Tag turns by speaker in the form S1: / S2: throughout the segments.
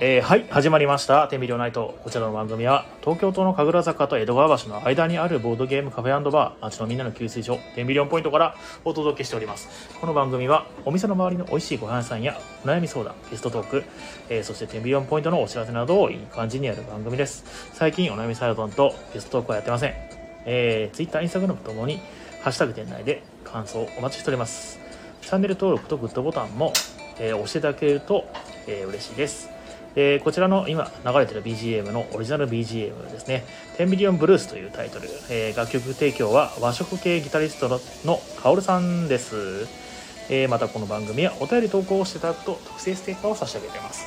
S1: えーはい始まりました「テンビリオナイト」こちらの番組は東京都の神楽坂と江戸川橋の間にあるボードゲームカフェバー町のみんなの給水所テンビリオンポイントからお届けしておりますこの番組はお店の周りの美味しいご飯屋さんやお悩み相談ゲストトーク、えーそしてテンビリオンポイントのお知らせなどをいい感じにやる番組です最近お悩み相談とゲストトークはやってませんえー、Twitter、Instagram ともに「ハッシュタグ店内」で感想をお待ちしておりますチャンネル登録とグッドボタンも、えー押していただけると、えー嬉しいです、えーこちらの今流れてる BGM のオリジナル BGM ですね「10ミリオンブルース」というタイトル、えー楽曲提供は和食系ギタリストののカオルさんですえーまたこの番組はお便り投稿をしていただくと特製ステッカーを差し上げてます、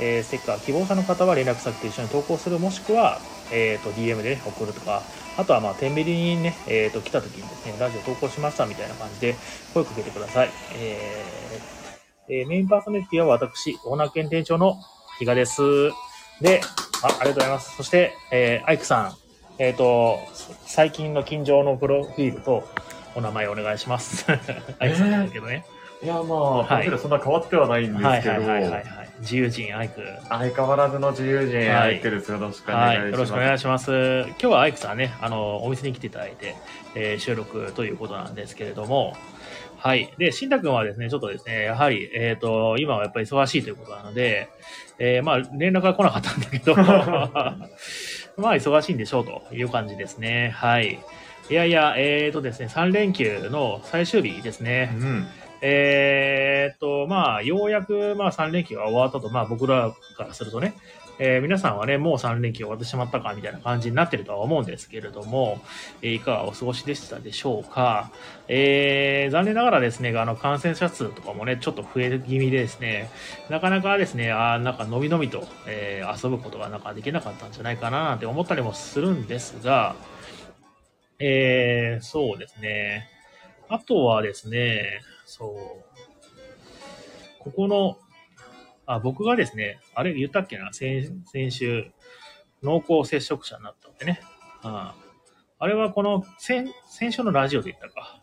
S1: えーステッカー希望者の方は連絡先と一緒に投稿するもしくは、えー、と DM で、ね、送るとかあとはまあ天秤にね、えー、と来た時にですねラジオ投稿しましたみたいな感じで声かけてください、えーえーメインパーソナリティは私オーナー兼店長の比嘉ですであありがとうございますそして、えーアイクさんえっ、と最近の近所のプロフィールとお名前お願いしますアイクさんなんですけどね
S2: いやまあ、
S1: はい
S2: 僕らそんな変わってはないんです
S1: はい
S2: け
S1: はい
S2: ど、
S1: はいはい、はい、自由人アイク
S2: 相変わらずの自由人
S1: はい
S2: アイクですよろしくお願い
S1: は
S2: します、
S1: い、よろしくお願いします。今日はアイクさんね、あの、お店に来ていただいて、えー収録ということなんですけれども、はい。で、新太くんはですね、ちょっとですね、やはり、えっ、と、今はやっぱり忙しいということなので、えーまあ、連絡が来なかったんだけ ど、 まあ、忙しいんでしょうという感じですね。はい。いやいや、えっ、とですね、3連休の最終日ですね。
S2: うん
S1: えーっと、まあ、ようやく、まあ、3連休が終わったと、まあ、僕らからするとね、えー皆さんはね、もう3連休終わってしまったか、みたいな感じになってるとは思うんですけれども、えーいかがお過ごしでしたでしょうか。えー残念ながらですね、あの、感染者数とかもね、ちょっと増え気味でですね、なかなかですね、あーなんか、のびのびと、えー遊ぶことがなんかできなかったんじゃないかな、なんて思ったりもするんですが、えーそうですね。あとはですね、そう。ここの、あ、僕がですね、あれ言ったっけな、先先週、濃厚接触者になったんでね。ああれはこの、先、先週のラジオで言ったか。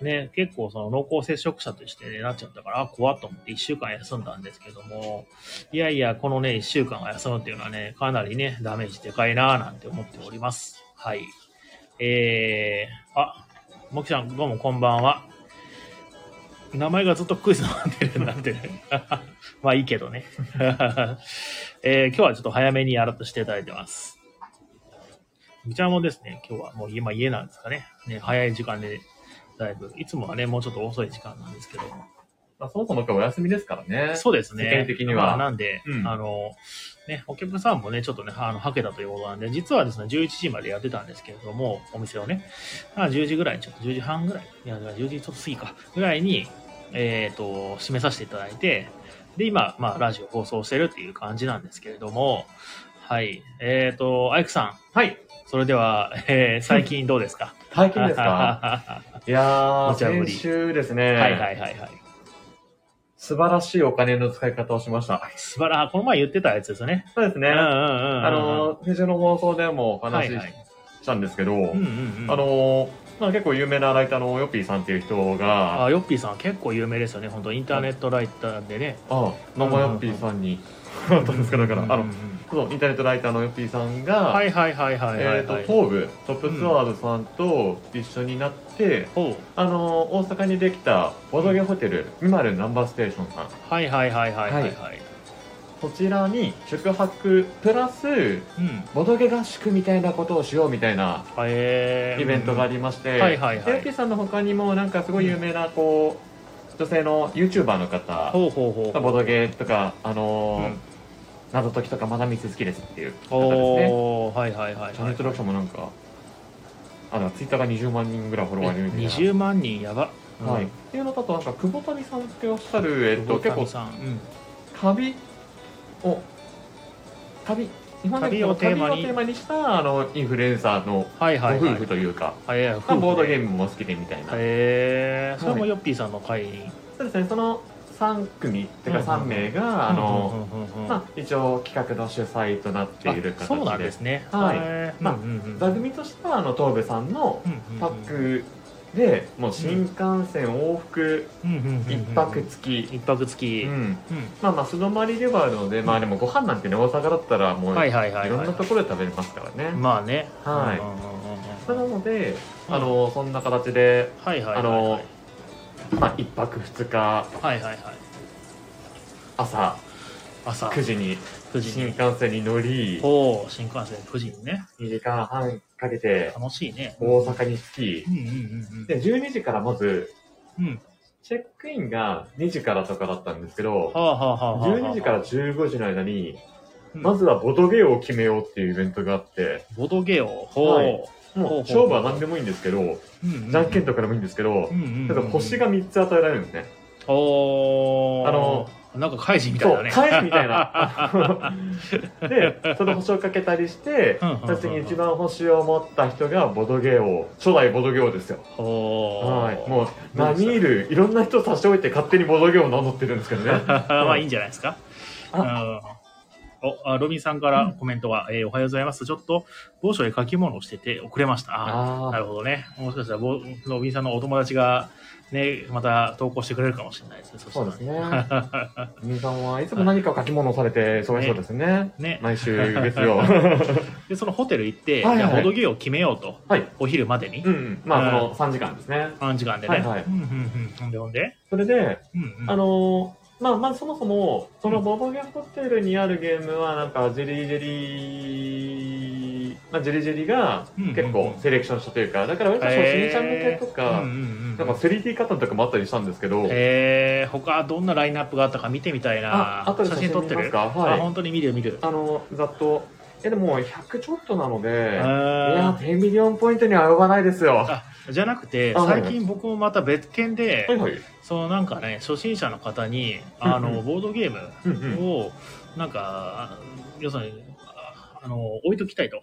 S1: ね、結構その濃厚接触者として、ね、なっちゃったから、あ怖っと思って1週間休んだんですけども、いやいや、このね、1週間が休むっていうのはね、かなりね、ダメージでかいなぁなんて思っております。はい。えー、あ、もきちゃん、どうもこんばんは。名前がずっとクイズのハンデルになって る。まあいいけどね、 えー今日はちょっと早めにやらっとしていただいてます。みちゃんもですね、今日はもう今家なんですかね。ね早い時間で、だいぶ。いつもはね、もうちょっと遅い時間なんですけど。
S2: まあ、そもそも今日お休みですからね
S1: そうですね。
S2: 世間的には
S1: まあなんで、
S2: うん
S1: あの、ね、お客さんもね、ちょっとね、あの、はけたということなんで、実はですね、11時までやってたんですけれども、お店をね、まあ10時ぐらい、ちょっと10時半ぐらい、いや、10時ちょっと過ぎか、ぐらいに、えっ、と、締めさせていただいて、で、今、まあ、ラジオ放送してるっていう感じなんですけれども、はい。えっ、と、アイクさん、
S2: はい
S1: それでは、えー最近どうですか
S2: 最近ですか
S1: はい
S2: や
S1: お茶ぶ
S2: ー
S1: り
S2: 先週ですね、
S1: いはいはいはい。
S2: 素晴らしいお金の使い方をしました
S1: 素晴らしい。この前言ってたやつですね。
S2: そうですね、
S1: うんうんうん
S2: あ
S1: うんうん。
S2: の先週の放送でもお話し
S1: はいはい
S2: したんですけど、
S1: うんうんうん、
S2: あのまあ、結構有名なライターのヨッピーさんっていう人が
S1: あヨッピーさん結構有名ですよね本当インターネットライターでね
S2: あ生ヨッピーさんに あったんですかだから、あの
S1: うんうん
S2: そうインターネットライターのヨッピーさんが、
S1: うんはいはいはいはいはい
S2: え
S1: はい
S2: ー、と東部トップツアーズさんと一緒になって、
S1: ほう
S2: あのー大阪にできたボドゲホテルミマルナンバーステーションさん
S1: はいはいはいはいはいはい
S2: こちらに宿泊プラス
S1: うん
S2: ボドゲ合宿みたいなことをしようみたいな
S1: えー
S2: イベントがありまして、
S1: うんはいはいはい
S2: でヨッピーさんの他にもなんかすごい有名なこう、女性の YouTuber の方
S1: ほうほうほう
S2: ボドゲとか、あのー
S1: うん
S2: 謎解きとかまだ見続きですっていう方ですね。
S1: おーはいはいはい
S2: チャンネ
S1: は
S2: ル登録
S1: い
S2: 者もなんか、あ、だツイッターが20万人ぐらいフォロワーいるみたいな。
S1: 20万人やば
S2: はい。っていうのだと、なんか、久保谷さんっておっしゃる、えっと、
S1: 結
S2: 結構
S1: 構、さんうん
S2: 旅を、旅、今の
S1: 旅をテーマに
S2: 旅をテーマにした、あの、インフルエンサーの
S1: はい
S2: ご
S1: はいは
S2: 夫
S1: い
S2: 婦というか、
S1: はいはい
S2: まあボードゲ
S1: ム
S2: ームも好きでみたいな。
S1: へえー、それも
S2: はい
S1: ヨッピーさんの会に
S2: そうですね、その3組、っていう
S1: うん
S2: か3名が、あの、
S1: うんうんうんうん
S2: まあ、一応企画の主催となっている
S1: あ
S2: 形で、
S1: そうなんですね
S2: はい
S1: へー
S2: まあ
S1: うんうんうん
S2: 座組としては、あの、東部さんの
S1: うんうんうん
S2: パックでもう新幹線往復
S1: うんうんうんうん
S2: 1泊付き、
S1: 一泊月、
S2: う
S1: うん
S2: んまあまあ素泊まりではあるのでまあでもご飯なんてね大阪だったらもう
S1: はい
S2: い
S1: はいはい
S2: ろ
S1: は
S2: ん
S1: い
S2: なところで食べれますからね、
S1: まあね
S2: はい
S1: い
S2: なので
S1: うん
S2: あのそんな形で、
S1: はいはいはいはい
S2: あのまあ、1泊2日
S1: はいはいはい
S2: 朝
S1: 朝
S2: 9時に
S1: 9時
S2: 新
S1: に
S2: 幹線に乗り
S1: おお新幹線9時にね
S2: 2時間半かけて
S1: 楽しいね
S2: 大阪に
S1: う
S2: 着き
S1: んうんうんうん
S2: で12時からまず
S1: うん
S2: チェックインが2時からとかだったんですけど
S1: はあはあはあはあ
S2: 12時から15時の間に
S1: うん
S2: まずはボドゲを決めようっていうイベントがあって
S1: ボドゲを
S2: は
S1: ほ
S2: もう勝負は何でもいいんですけど
S1: ううん
S2: じゃんけんとかでもいいんですけど
S1: うんうん
S2: ただ星が
S1: うん
S2: 3つ与えられるんですね
S1: おー
S2: あの
S1: なんか怪人みたい
S2: そ
S1: だ
S2: う
S1: ね
S2: 返すみた いなでその星をかけたりして
S1: うんうんうんうん
S2: 最終的に一番星を持った人がボドゲを初代ボドゲ王ですよ
S1: お
S2: はい、もう
S1: どうで
S2: 並
S1: した
S2: みいるいろんな人差し置いて勝手にボドゲを名乗ってるんですけどね
S1: まあいいんじゃないですか。うんおあロビンさんからコメントが、えーおはようございます。ちょっと、某所へ書き物をしてて遅れました。 あーな
S2: あ
S1: るほどね。もしかしたら、ぼロビンさんのお友達が、ね、また投稿してくれるかもしれないですね。そした
S2: そう
S1: ら
S2: ですね皆さんはいつも何か書き物をされて忙しそうですね
S1: ね。
S2: 毎週 月曜
S1: で、そのホテル行って、
S2: はいはい
S1: じゃあボドゲを決めようと、
S2: はい
S1: お昼までに
S2: う、んうんまあその3時間ですね
S1: 3時間でね。
S2: はいはい
S1: うんうんうん。ほんでほんで、
S2: それで
S1: うんうん、
S2: あのーまあまあそもそもそのボドゲホテルにあるゲームはなんかジェリージェリーまあジェリージェリーが結構セレクションしたというかだから割と初心者向けとか
S1: うんうんうん、
S2: なんか 3D カットとかもあったりしたんですけど
S1: えー、他どんなラインナップがあったか見てみたいな。
S2: あ、あとで
S1: 写
S2: 写
S1: 真撮
S2: 真撮
S1: っ
S2: ってて
S1: る
S2: る。かは
S1: あ
S2: い。
S1: 本当に見る見る。
S2: あの、ざっと。え、でも100ちょっとなので、いや、
S1: あー
S2: 10ミリオンポイントには及ばないですよ。は
S1: あじゃなくて
S2: あはい
S1: 最近僕もまた別件で、
S2: いはい。
S1: そのなんかね初心者の方にあ
S2: うん
S1: の
S2: うん
S1: ボードゲー
S2: うんう
S1: ム
S2: ん。
S1: をなんか要するにああの置いときたいと。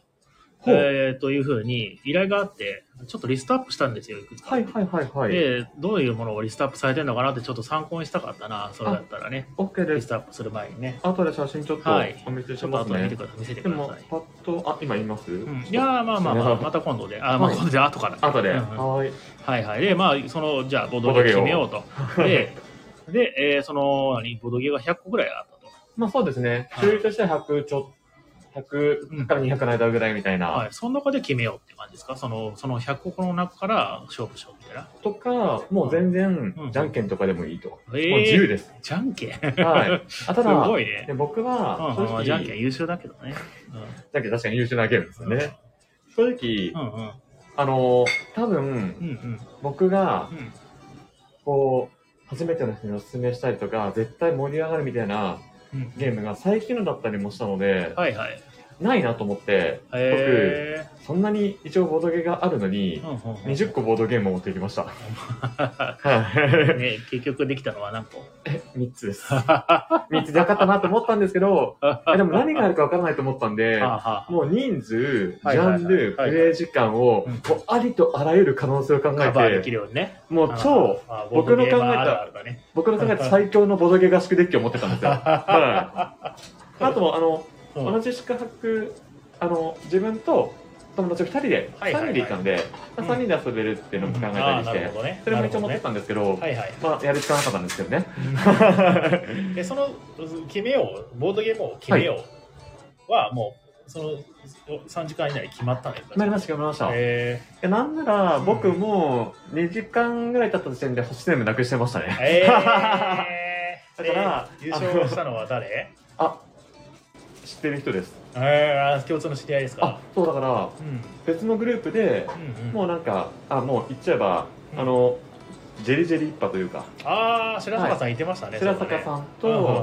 S2: ほう
S1: えー、というふうに依頼があってちょっとリストアップしたんですよいくつか、
S2: はいはいはいはい。
S1: でどういうものをリストアップされてるのかなってちょっと参考にしたかったなそれだったらね
S2: OK
S1: リ
S2: で
S1: ス
S2: す。
S1: トアップする前にね
S2: 後で写真ちょっと
S1: はい
S2: お見せ
S1: ち
S2: し
S1: ょっと
S2: ます
S1: 後で見て
S2: ね。
S1: ください見せて
S2: で
S1: くだ
S2: も
S1: さい、
S2: パッと、あ、今言います
S1: うん、いやーまあまあまあまた今度であ、まあ、
S2: はい
S1: 今度で後から
S2: 後で。
S1: うんうん
S2: はい。
S1: はいはい。で、まあ、その、じゃあ、ボードゲーム決めようと。で、 で、えーその、何、ボードゲームが100個ぐらいあったと。
S2: まあそうですね。
S1: はい
S2: 種類としては100ちょっと、100から200の間ぐらいみたい
S1: は
S2: な。
S1: い。その中で決めようって感じですかその、その100個の中から勝負しようみたいな。
S2: とか、もう全然
S1: うん、
S2: じゃんけんとかでもいいと。もう
S1: え
S2: 自由です。
S1: じゃんけんす
S2: はい。あ、た だ、
S1: ごいね
S2: で。僕
S1: うんう
S2: は、
S1: ん
S2: 正
S1: まあ、
S2: 直、
S1: じゃんけん優秀だけどね。
S2: だけど確かに優秀なゲームですよね。正直
S1: う、ん。うんうん。
S2: あの、多
S1: うん
S2: 分、
S1: うん。
S2: 僕が
S1: う、ん。
S2: こう、初めての人にお勧めしたりとか、絶対盛り上がるみたいな
S1: うん。
S2: ゲームが最近のだったりもしたので、
S1: はいはい。
S2: ないなと思って、
S1: え
S2: そんなに一応ボードゲがあるのに
S1: ー。、うんうんうん
S2: 20個ボードゲームを持ってきました。はい。
S1: ね、結局できたのは何個
S2: 3つです。3つでよかったなと思ったんです けど、えでも何があるかわからないと思ったんで、
S1: はあはあ
S2: もう人数、ジ
S1: はいはいは
S2: ャ
S1: い
S2: ンル、プ
S1: はいはい
S2: レイ時間を、
S1: うん
S2: もうありとあらゆる可能性を考
S1: カバー
S2: え
S1: でき
S2: て、
S1: るようにね。
S2: もう超、
S1: あー、あー
S2: 僕の考えた
S1: ボードゲーマーあるあるだ ね。
S2: 僕の考えた最強のボドゲ合宿デッキを持ってたん ですよ。はい、あとも、あの、
S1: うん
S2: 同じ宿泊、あの、自分と友達2人で、
S1: はいはいはい
S2: 3人で行ったんで、まあ
S1: うん
S2: 3人で遊べるっていうのも考え
S1: あ
S2: た
S1: あ
S2: りし
S1: なる
S2: て
S1: ほ、どね。
S2: それも一応持
S1: な
S2: っ
S1: る
S2: てたんですけど、
S1: ほどねはいはい。
S2: まあ、やる時間なかったんですけどね。
S1: でその決めようボードゲームを決めようは、もうその3時間以内に決まったのよ。
S2: 決まりました、決まりました。
S1: え
S2: えなんなら、僕もう2時間ぐらい経った時点で星全部なくしてました
S1: ー、
S2: ね。
S1: えー、
S2: だから
S1: で優勝したのは 誰
S2: あ、知ってる人です。
S1: あー共通の知り合いです
S2: あ
S1: か、
S2: そうだから、
S1: うんうん
S2: 別のグループで、
S1: うん
S2: もうなんか、あ、もう言っちゃえば、
S1: うん
S2: あの、ジェリジェリ一派というか、
S1: ああ白坂さんいてましたね、
S2: 白坂
S1: ん
S2: さん
S1: うんうんうん
S2: と、
S1: う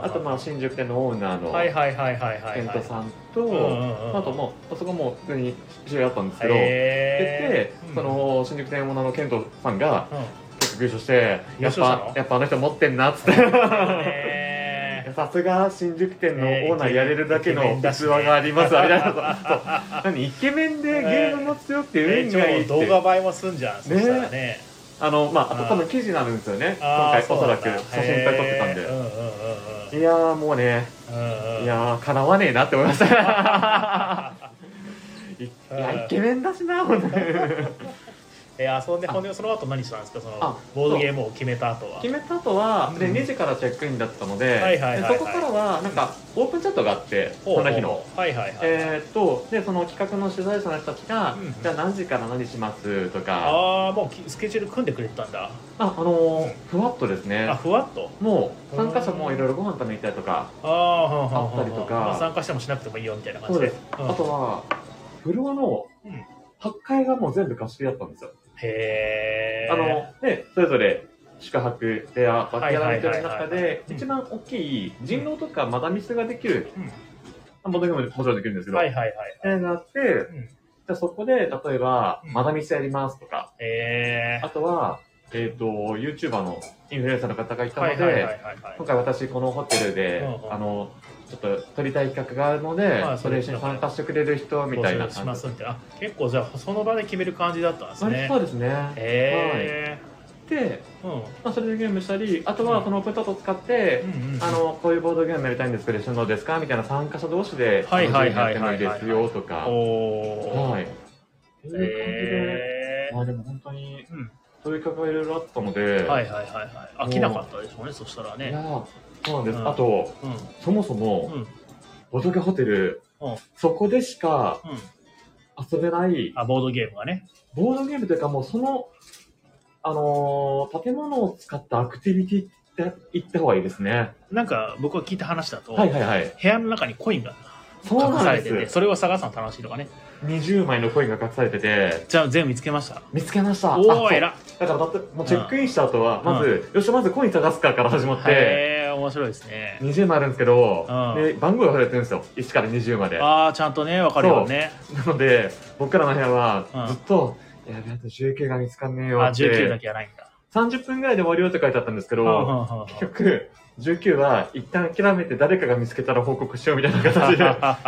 S1: ん
S2: あとまあ新宿店のオーナーの
S1: はいはいはいはいはい
S2: 健
S1: はい
S2: 太さんと、
S1: うんうんうん
S2: あともう、そこも普通に知り合いだったんですけど、
S1: え
S2: で
S1: ー、、
S2: その新宿店オーナーの健太さんが
S1: うん、うん
S2: 結構優勝して、
S1: 優
S2: や
S1: 勝
S2: っ
S1: したの
S2: ぱ、やっぱあの人持ってんなっつって。
S1: えー
S2: さすが新宿店のオーナーやれるだけ
S1: えーイケメ
S2: の
S1: ン
S2: 器
S1: だしね
S2: があります、あり がとうございます。何イケメンでゲーム持つよって
S1: え
S2: 運がい
S1: ー
S2: いっ
S1: 動
S2: て。
S1: 画映えもすんじゃん、そしたらね
S2: あの、まあ、あ
S1: あ
S2: と
S1: ー
S2: 多分記事になるんですよね。今
S1: あー
S2: 回おそらく
S1: うなん
S2: 写
S1: だ
S2: 真いっぱい撮ってたん
S1: へー
S2: で。
S1: うんうんうん
S2: いやーもうね、
S1: うんうんうん
S2: いやー叶わねえなって思いま した。いいやイケメンだしな、ほんとに。
S1: えー、遊んで、ほんで、その後何したんですか、その
S2: あ
S1: ボードゲームを決めた後は。
S2: 決めた後は、
S1: う
S2: で
S1: ん
S2: 2時からチェックインだったの
S1: は
S2: で、
S1: いはいはいはい
S2: でそこからはなんかオープンチャットがあって、その日の。。
S1: はいはいはい。
S2: えーっとでその企画の取材者の人たちが、
S1: うん
S2: じゃあ何時から何しますとか
S1: ああ、もうきスケジュール組んでくれてたんだ。
S2: ああのーふわっとですね
S1: あ、ふわっと。
S2: もう参加者もいろいろご飯食べに行ったりとか
S1: ああ、はんはんはんはん
S2: あったりとか
S1: まあ参加してもしなくてもいいよみたいな感じで。
S2: そう
S1: うん
S2: あとはフロアの
S1: うん
S2: 8階がもう全部貸し切りだったんですよ、
S1: へえ。
S2: あのでそれぞれ宿泊部屋バックヤードみたいな中
S1: はいはいはいはい
S2: で一番大きい人狼とかマダミスができる
S1: う
S2: ボードゲームももちろんできるんですけ
S1: ん
S2: ど、
S1: はい
S2: え
S1: はいはい。
S2: ーがあって、
S1: ん
S2: じゃあそこで例えば、
S1: うん
S2: マダミスやりますとか
S1: え
S2: あとは、えっ、と、YouTuber のインフルエンサーの方がい
S1: ー。
S2: た
S1: は
S2: の
S1: い
S2: で、
S1: はいはいはいはい
S2: 今。回私このホテルで、
S1: うんうん
S2: あの、ちょっと撮りたい企画があるので、
S1: はい
S2: それ一緒に参加してくれる人みたいな
S1: 募集しま
S2: 感じ。
S1: すってあ結構じゃあその場で決める感じだったんです
S2: 割
S1: ね
S2: とそうですね。
S1: へえ
S2: で、
S1: うんうん
S2: まあ、それでゲームしたり、あと
S1: う
S2: は
S1: ん
S2: そのオープンタットを使って、
S1: うんうん
S2: あの、こういうボードゲームやりたいんですけど、一緒にどうですかみたいな参加者同士で、
S1: はいはいはい
S2: このゲームやってもいいですよとか。
S1: お
S2: は
S1: お
S2: い。っていう感じで、
S1: へえ
S2: まあでも本当に、
S1: うん
S2: そういう企画がいろいろあったので、
S1: はいはいはいはい飽きなかったでしょうねそしたら
S2: いや
S1: ね
S2: ーそうなんです。
S1: うん
S2: あと、
S1: うん
S2: そもそも、
S1: うん
S2: ボトゲホテル
S1: うん、
S2: そこでしか
S1: うん
S2: 遊べない、
S1: あボードゲームがね
S2: ボードゲームというかもうその、あのー建物を使ったアクティビティって言った方がいいですね。
S1: なんか僕が聞いた話だと
S2: はい
S1: 部
S2: はいはい。
S1: 屋の中にコインが
S2: そう
S1: 隠
S2: な
S1: さ
S2: ん
S1: れて
S2: で
S1: て
S2: す。
S1: それを探すの楽しいとかね
S2: 20枚のコインが隠されてて、
S1: じゃあ全部見つけました
S2: 見つけました。
S1: おお
S2: あそう
S1: 偉っ
S2: だからだって、もうチェックインした後は、
S1: ん
S2: まず、よし、まずコイン探すかから始まって、
S1: へえ面白いですね
S2: 20枚あるんですけど、
S1: うん
S2: で番号が分かれてるんですよ。1から20まで。な
S1: ああちゃんとねわかるようにね
S2: ので、僕らの部屋
S1: うん
S2: は、ずっと、やべ、あと19が見つかんねえよ
S1: あ
S2: って。
S1: 19だけじゃないんだ
S2: 30分ぐらいで終わるよって書いてあったんですけ
S1: うんうん
S2: ど、
S1: うんうん
S2: 結局、19は一旦諦めて誰かが見つけたら報告しようみたい な形で、10だか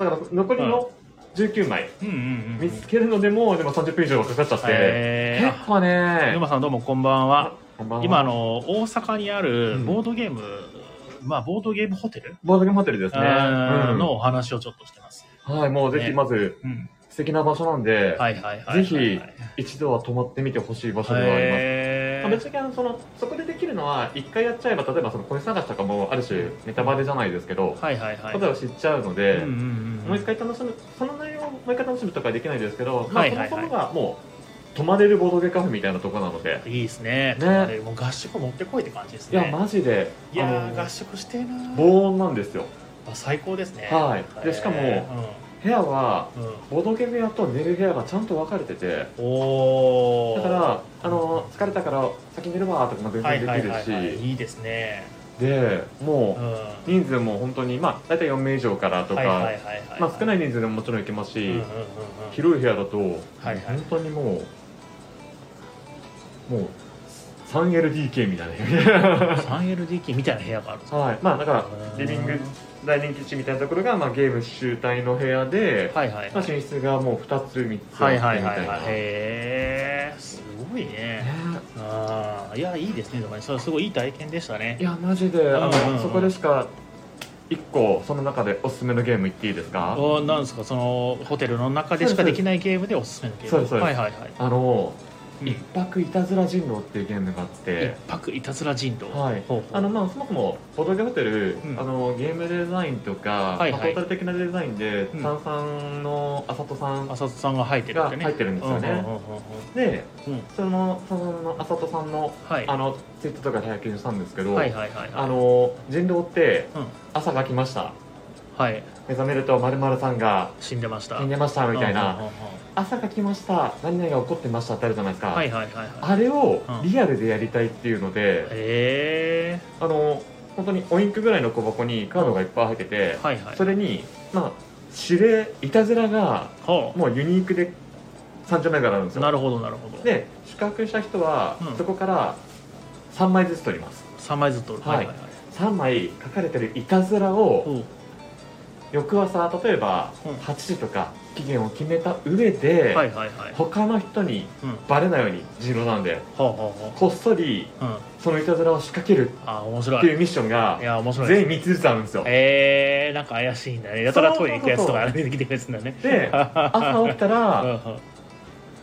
S2: ら残りの19枚
S1: うんうんうんうん
S2: 見つけるのでも、でも30分以上はかかっちゃって、
S1: えー
S2: 結構
S1: あ
S2: ね
S1: 沼、さんどうもこんばんは。
S2: こんばんは
S1: 今あ、の大阪にある
S2: うん
S1: ボードゲーム、まあボードゲームホテル、
S2: ボードゲームホテルですね。
S1: あー
S2: うん
S1: のお話をちょっとしてます。
S2: はい、もうぜひまず
S1: うん、
S2: 素敵な場所なんで、
S1: はいはいはいはいはい。
S2: ぜひ一度は泊まってみてほしい場所ではあります。
S1: え
S2: まあぶっちゃけあのそのそこでできるのは一回やっちゃえば例えばその声探しとかもある種ネタバレじゃないですけど、
S1: はいはいはい。
S2: 答えを知っちゃうので、
S1: うんうんうん
S2: もう一回楽しむ、その内容をもう一回楽しむとかはできないですけど、まあ
S1: はいはいはい
S2: そもそもがもう、泊まれるボードゲカフェみたいなとこなので、
S1: いいですね。
S2: ね
S1: 泊まれるもう合宿持ってこいって感じです
S2: いや、
S1: ね。
S2: マジで、
S1: いや
S2: あ
S1: ー
S2: の
S1: 合宿してえなー。
S2: 防音なんですよ。
S1: あ最高ですね。
S2: はい。で、しかも、部屋は、
S1: うんうん、
S2: ボードゲ部屋と寝る部屋がちゃんと分かれてて、
S1: おー
S2: だから、あの、疲れたから先寝るわとかも全
S1: はい
S2: 然
S1: は
S2: で
S1: い
S2: き
S1: はいはい、
S2: るし、
S1: いいですね。
S2: で、
S1: う
S2: も
S1: ん。
S2: う、人数も本当に、まあ、大体4名以上からと
S1: はいはいは
S2: か、
S1: いはい。
S2: まあ、少ないい人数でももちろん行けます
S1: うん
S2: し
S1: うんうんうん、
S2: 広い部屋だと、
S1: はいはい
S2: 本当にもうもう 3LDK みたいな
S1: 3LDK みたいな部屋があるんですか
S2: はいまあだからリビングダイニングキッチンみたいなところが、まあ、ゲーム主体の部屋で、
S1: はいはい
S2: まあ、寝室がもう2つ3つ
S1: は
S2: あって
S1: いはい
S2: みた
S1: はい
S2: い
S1: は
S2: ない
S1: へえすごいね
S2: ね
S1: ああいやいいですねでもねそれすごいいい体験でしたね
S2: いやマジであ
S1: うんうんう
S2: の
S1: ん
S2: そこでしか1個その中でおすすめのゲーム言っていいですか
S1: おなんですかそのホテルの中でしかできないゲームでおすすめのゲーム
S2: そうですそうです
S1: はいはいはい、
S2: あの
S1: うん
S2: 一泊いたずら人狼っていうゲームがあって
S1: 一泊いたずら人狼
S2: はい
S1: ほうほう
S2: あのまあそもそもボードゲームホテル、
S1: うん
S2: あのゲームデザインとか、
S1: はいはい
S2: まあトータル的なデザインで、
S1: うん
S2: 炭酸のあさとさんが
S1: 浅田さんが入ってるってね
S2: 入ってるんですよね。
S1: うんうんうん
S2: で
S1: うんうん
S2: その炭酸のあさとさんの
S1: はい
S2: あのツイートとかで拝見したんですけど、
S1: はいはいはい
S2: あ
S1: はい
S2: の人狼って
S1: うん
S2: 朝が来ました
S1: はい
S2: 目覚めるとまるまるさんが
S1: 死んでました
S2: 死んでましたみたい
S1: うんうん
S2: な
S1: うんうん
S2: 朝が来ました何々が起こってましたってあるじゃないですか、
S1: はいはいはいはい
S2: あれを
S1: うん
S2: リアルでやりたいっていうので、
S1: へ
S2: あの本当におインクぐらいの小箱にカードがいっぱい入ってて、
S1: えはいはい
S2: それに、まあ、指令いたずらが
S1: ほう
S2: もうユニークで30枚からあるんですよ
S1: なるほどなるほど
S2: で宿泊した人は、
S1: うん
S2: そこから3枚ずつ取ります
S1: 3枚ずつ取る
S2: はい
S1: はい
S2: 3枚書かれてるいたずらを
S1: おう
S2: 翌朝例えば
S1: うん
S2: 8時とか期限を決めた上で、
S1: はいはいはい
S2: 他の人に
S1: うんは
S2: バレないように人狼なんで
S1: あは
S2: こっそり
S1: あはあ
S2: そのいたずらを仕掛けるっ
S1: うんあ面白
S2: てい
S1: いう
S2: ミッションが
S1: いや面白いです
S2: 全員3つずつあるんですよ
S1: えー、なんか怪しいんだねやたらトイレ行くやつとか
S2: そ
S1: 出てきてるやつだね
S2: で朝起きたら
S1: うん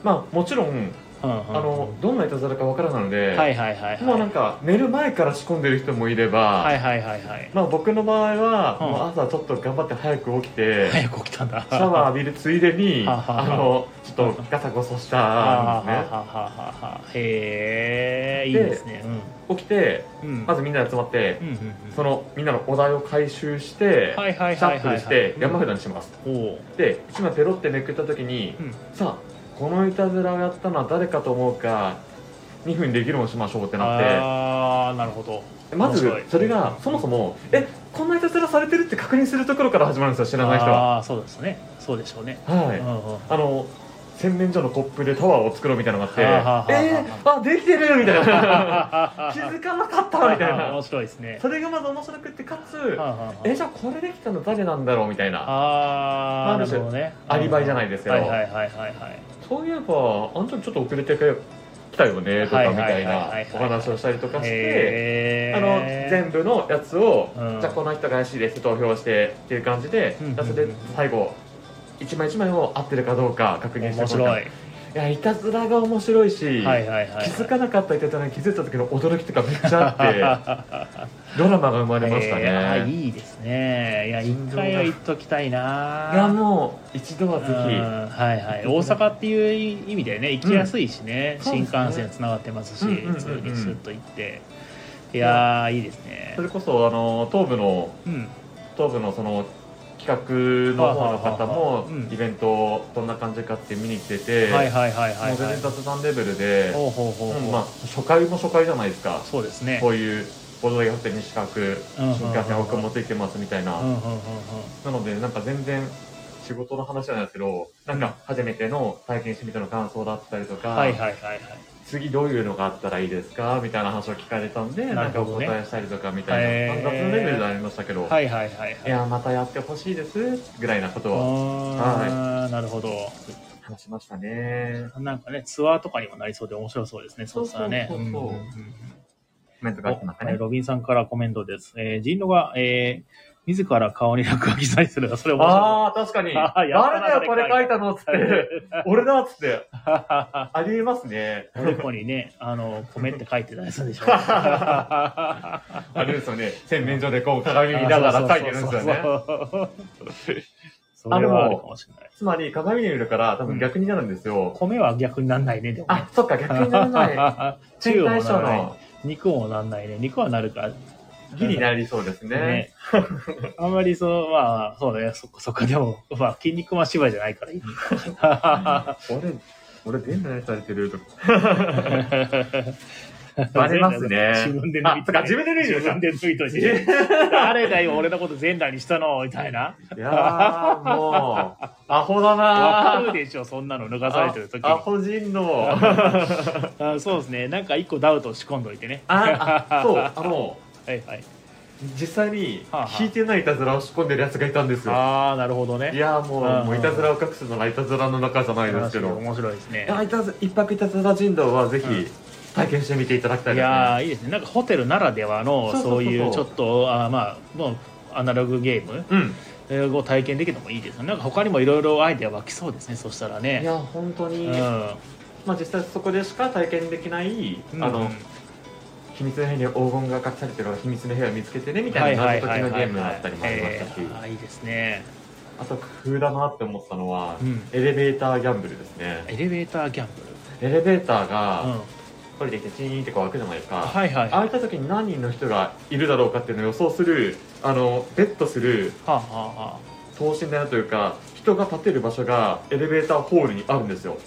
S2: まあもちろん
S1: うんうん
S2: あのどんないたずらかわからないので、
S1: はいはいはいはい
S2: もうなんか寝る前から仕込んでる人もいれば、
S1: はいはいはいはい
S2: まあ、僕の場合は、
S1: うん
S2: もう朝ちょっと頑張って早く起きて、シ
S1: 早く起きたんだ
S2: ャワー浴びるついでに
S1: ははは
S2: あのちょっとガサゴソし
S1: あ
S2: たんで
S1: はは
S2: すね
S1: はははへえいいですね
S2: 起きて
S1: うんうん
S2: まずみんなで集まって
S1: う、んうんうん
S2: そのみんなのお題を回収して、
S1: はいはい
S2: シャ
S1: はい
S2: ッフ
S1: はいは
S2: ル
S1: い
S2: して山札にします、
S1: おお
S2: で今ペロってめくった時に、
S1: うん
S2: さあこのいたずらをやったのは誰かと思うか2分で議論しましょうってなって
S1: ああなるほど
S2: まず
S1: 面白い
S2: それがそもそもえこんないたずらされてるって確認するところから始まるんですよ知らない人は
S1: ああーそうですねそうでしょうね
S2: は
S1: う
S2: い
S1: んうん
S2: あの洗面所のコップでタワーを作ろうみたいなのがあって
S1: はあはあはあ
S2: えー、あできてるみたいな 気づかなかったみたい
S1: あー面
S2: な
S1: 白いですね
S2: それがまず面白くってかつ
S1: はあはあはあ
S2: えじゃあこれできたの誰なんだろうみたいな
S1: あ
S2: ま
S1: あ
S2: あ
S1: なるほどね
S2: アリバイじゃないですけど
S1: はいはいはいはいはい
S2: そういえばあんたちょっと遅れてきたよねと
S1: は
S2: か
S1: い
S2: みたい
S1: はい
S2: な
S1: はいはい
S2: お話をしたりとかして。
S1: へー
S2: あの全部のやつを、
S1: うん
S2: じゃあこの人が怪しいです投票してっていう感じで、
S1: うん
S2: それで最後一枚一枚を合ってるかどうか確認して
S1: 面
S2: こうか
S1: 白い
S2: いやいたずらが面白いし、
S1: はいはいはい
S2: 気づかなかったいたずらに気づいた時の驚きとかめっち ゃあってドラマが生まれましたね、
S1: えーあいいですねいや一
S2: 心臓が
S1: 回は行っときたいない
S2: やもう一度は
S1: うん
S2: ぜ
S1: はいはい大阪っていう意味でね行きやすいしね、
S2: うんそう
S1: 新
S2: ですね
S1: 幹線つながってますし、
S2: うんうんうんうん
S1: 普通にスッと行っていやーいいです
S2: ひ
S1: ね
S2: それこそあの東部の
S1: うん
S2: 東部のその企画の方の方
S1: はあはあはあ
S2: も
S1: うん
S2: イベントどんな感じかって見に来てて、
S1: はいはいはいはい
S2: もう全
S1: はい
S2: 然雑談レベルで、
S1: ほうほうほうほう
S2: うんまあ、初回も初回じゃないですか、
S1: そうですね
S2: こういうボードゲームに資格
S1: うんうんうんうん
S2: 新幹線僕もついてますみたいな、
S1: うんうんうんうん
S2: なのでなんか全然仕事の話じゃないですけどなんか初めての体験してみての感想だったりとか、
S1: はいはいはいはい
S2: 次どういうのがあったらいいですかみたいな話を聞かれたんで
S1: な
S2: な
S1: る
S2: んか
S1: ほ
S2: お
S1: どね
S2: 答えしたりとかみたいな、
S1: へー
S2: まあ雑談レベルではありましたけど、
S1: はいはいはい
S2: い
S1: はい
S2: やまたやってほしいですぐらいなことは
S1: あーなるほど
S2: 話しましたね。
S1: なんかねツアーとかにもなりそうで面白そうですねそうしたらね
S2: そうそうそうそう
S1: うんうんうん
S2: コメントが来てました
S1: えー
S2: ね。
S1: ロビンさんからコメントです。えー、人狼が、えー、自ら顔に落書きさえするが、それ面白
S2: ああ、確かに。
S1: あー
S2: 誰
S1: やったな
S2: だよ、これ書いたのっつって。俺だっつって。
S1: い。
S2: ありえますね。
S1: おでこにね、あの、米って書いてたりするで しょ。あ
S2: あれです よね。洗面所でこう鏡見ながら書いてるんですよ
S1: ね。
S2: ね。
S1: それはあるかもしれない。
S2: つまり鏡に見るから多分逆になるんですよ。
S1: 米は逆になんないね、でもね
S2: あ、。そっか、逆になら ない。賃
S1: 中も
S2: 貸
S1: な
S2: 所
S1: らない。
S2: の
S1: 肉もなんないね。肉はなるから。
S2: ギになりそうですね。
S1: ね。あんまりその、まあ、そうね、そっかそっか。でも、まあ、筋肉マン芝居じゃないからいい。
S2: 俺、俺全部何されてるとか。 バレますね
S1: 自分で脱い
S2: あそっか自分で脱いでる
S1: 自
S2: か
S1: 分で脱いとい て。誰だよ、俺のこと全裸にしたのみたいな。
S2: いやー、もう、 アホだな
S1: わかる
S2: ー。
S1: でしょ、そんなの脱がされてる時に
S2: アホ人の。
S1: あそうですね、なんか一個ダウトを仕込んどいてね。
S2: あ、あそう、あの、
S1: はいはい。
S2: 実際に
S1: はあはあ
S2: 引いてないいたずらを仕込んでるやつがいたんですよ。
S1: ああ、なるほど
S2: い
S1: ね。
S2: やーも
S1: うんう
S2: う、
S1: ん
S2: もういたずらを隠すのがいたずらの中じゃないですけど。
S1: 面白いですね
S2: い。やいたず一泊いたずら人道はぜひ
S1: うん
S2: 体験してみていただきたい
S1: い
S2: です、ね
S1: やーいいですね。なんかホテルならではの、
S2: そうそうそうそ
S1: そうういうちょっと、あーまあ、もう、アナログゲーム
S2: うん
S1: えーを体験できるのもいいですね。なんか他にもいろいろアイデア湧きそうですね、そしたら
S2: い
S1: ね。
S2: や本当
S1: う
S2: に、
S1: ん。あ
S2: まあ、実際そこでしか体験できない、あの秘密の部屋に黄金が隠されてるから秘密の部屋を見つけてねみたいな謎解きのゲームだったりもありましたし
S1: えーあーいいですね。
S2: あと工夫だなって思ったのは、
S1: うん
S2: エレベーターギャンブルですね
S1: エレベーターギャンブル。
S2: エレベーター
S1: うん
S2: が。降りてきてチーンってこう開くじゃないですか、
S1: はいはい。
S2: ああ
S1: はい
S2: った時に何人の人がいるだろうかっていうのを予想するあのベッドする
S1: あ、はあ、はあ。
S2: 等身大のというか人が立てる場所がエレベーターホールにあるんですよ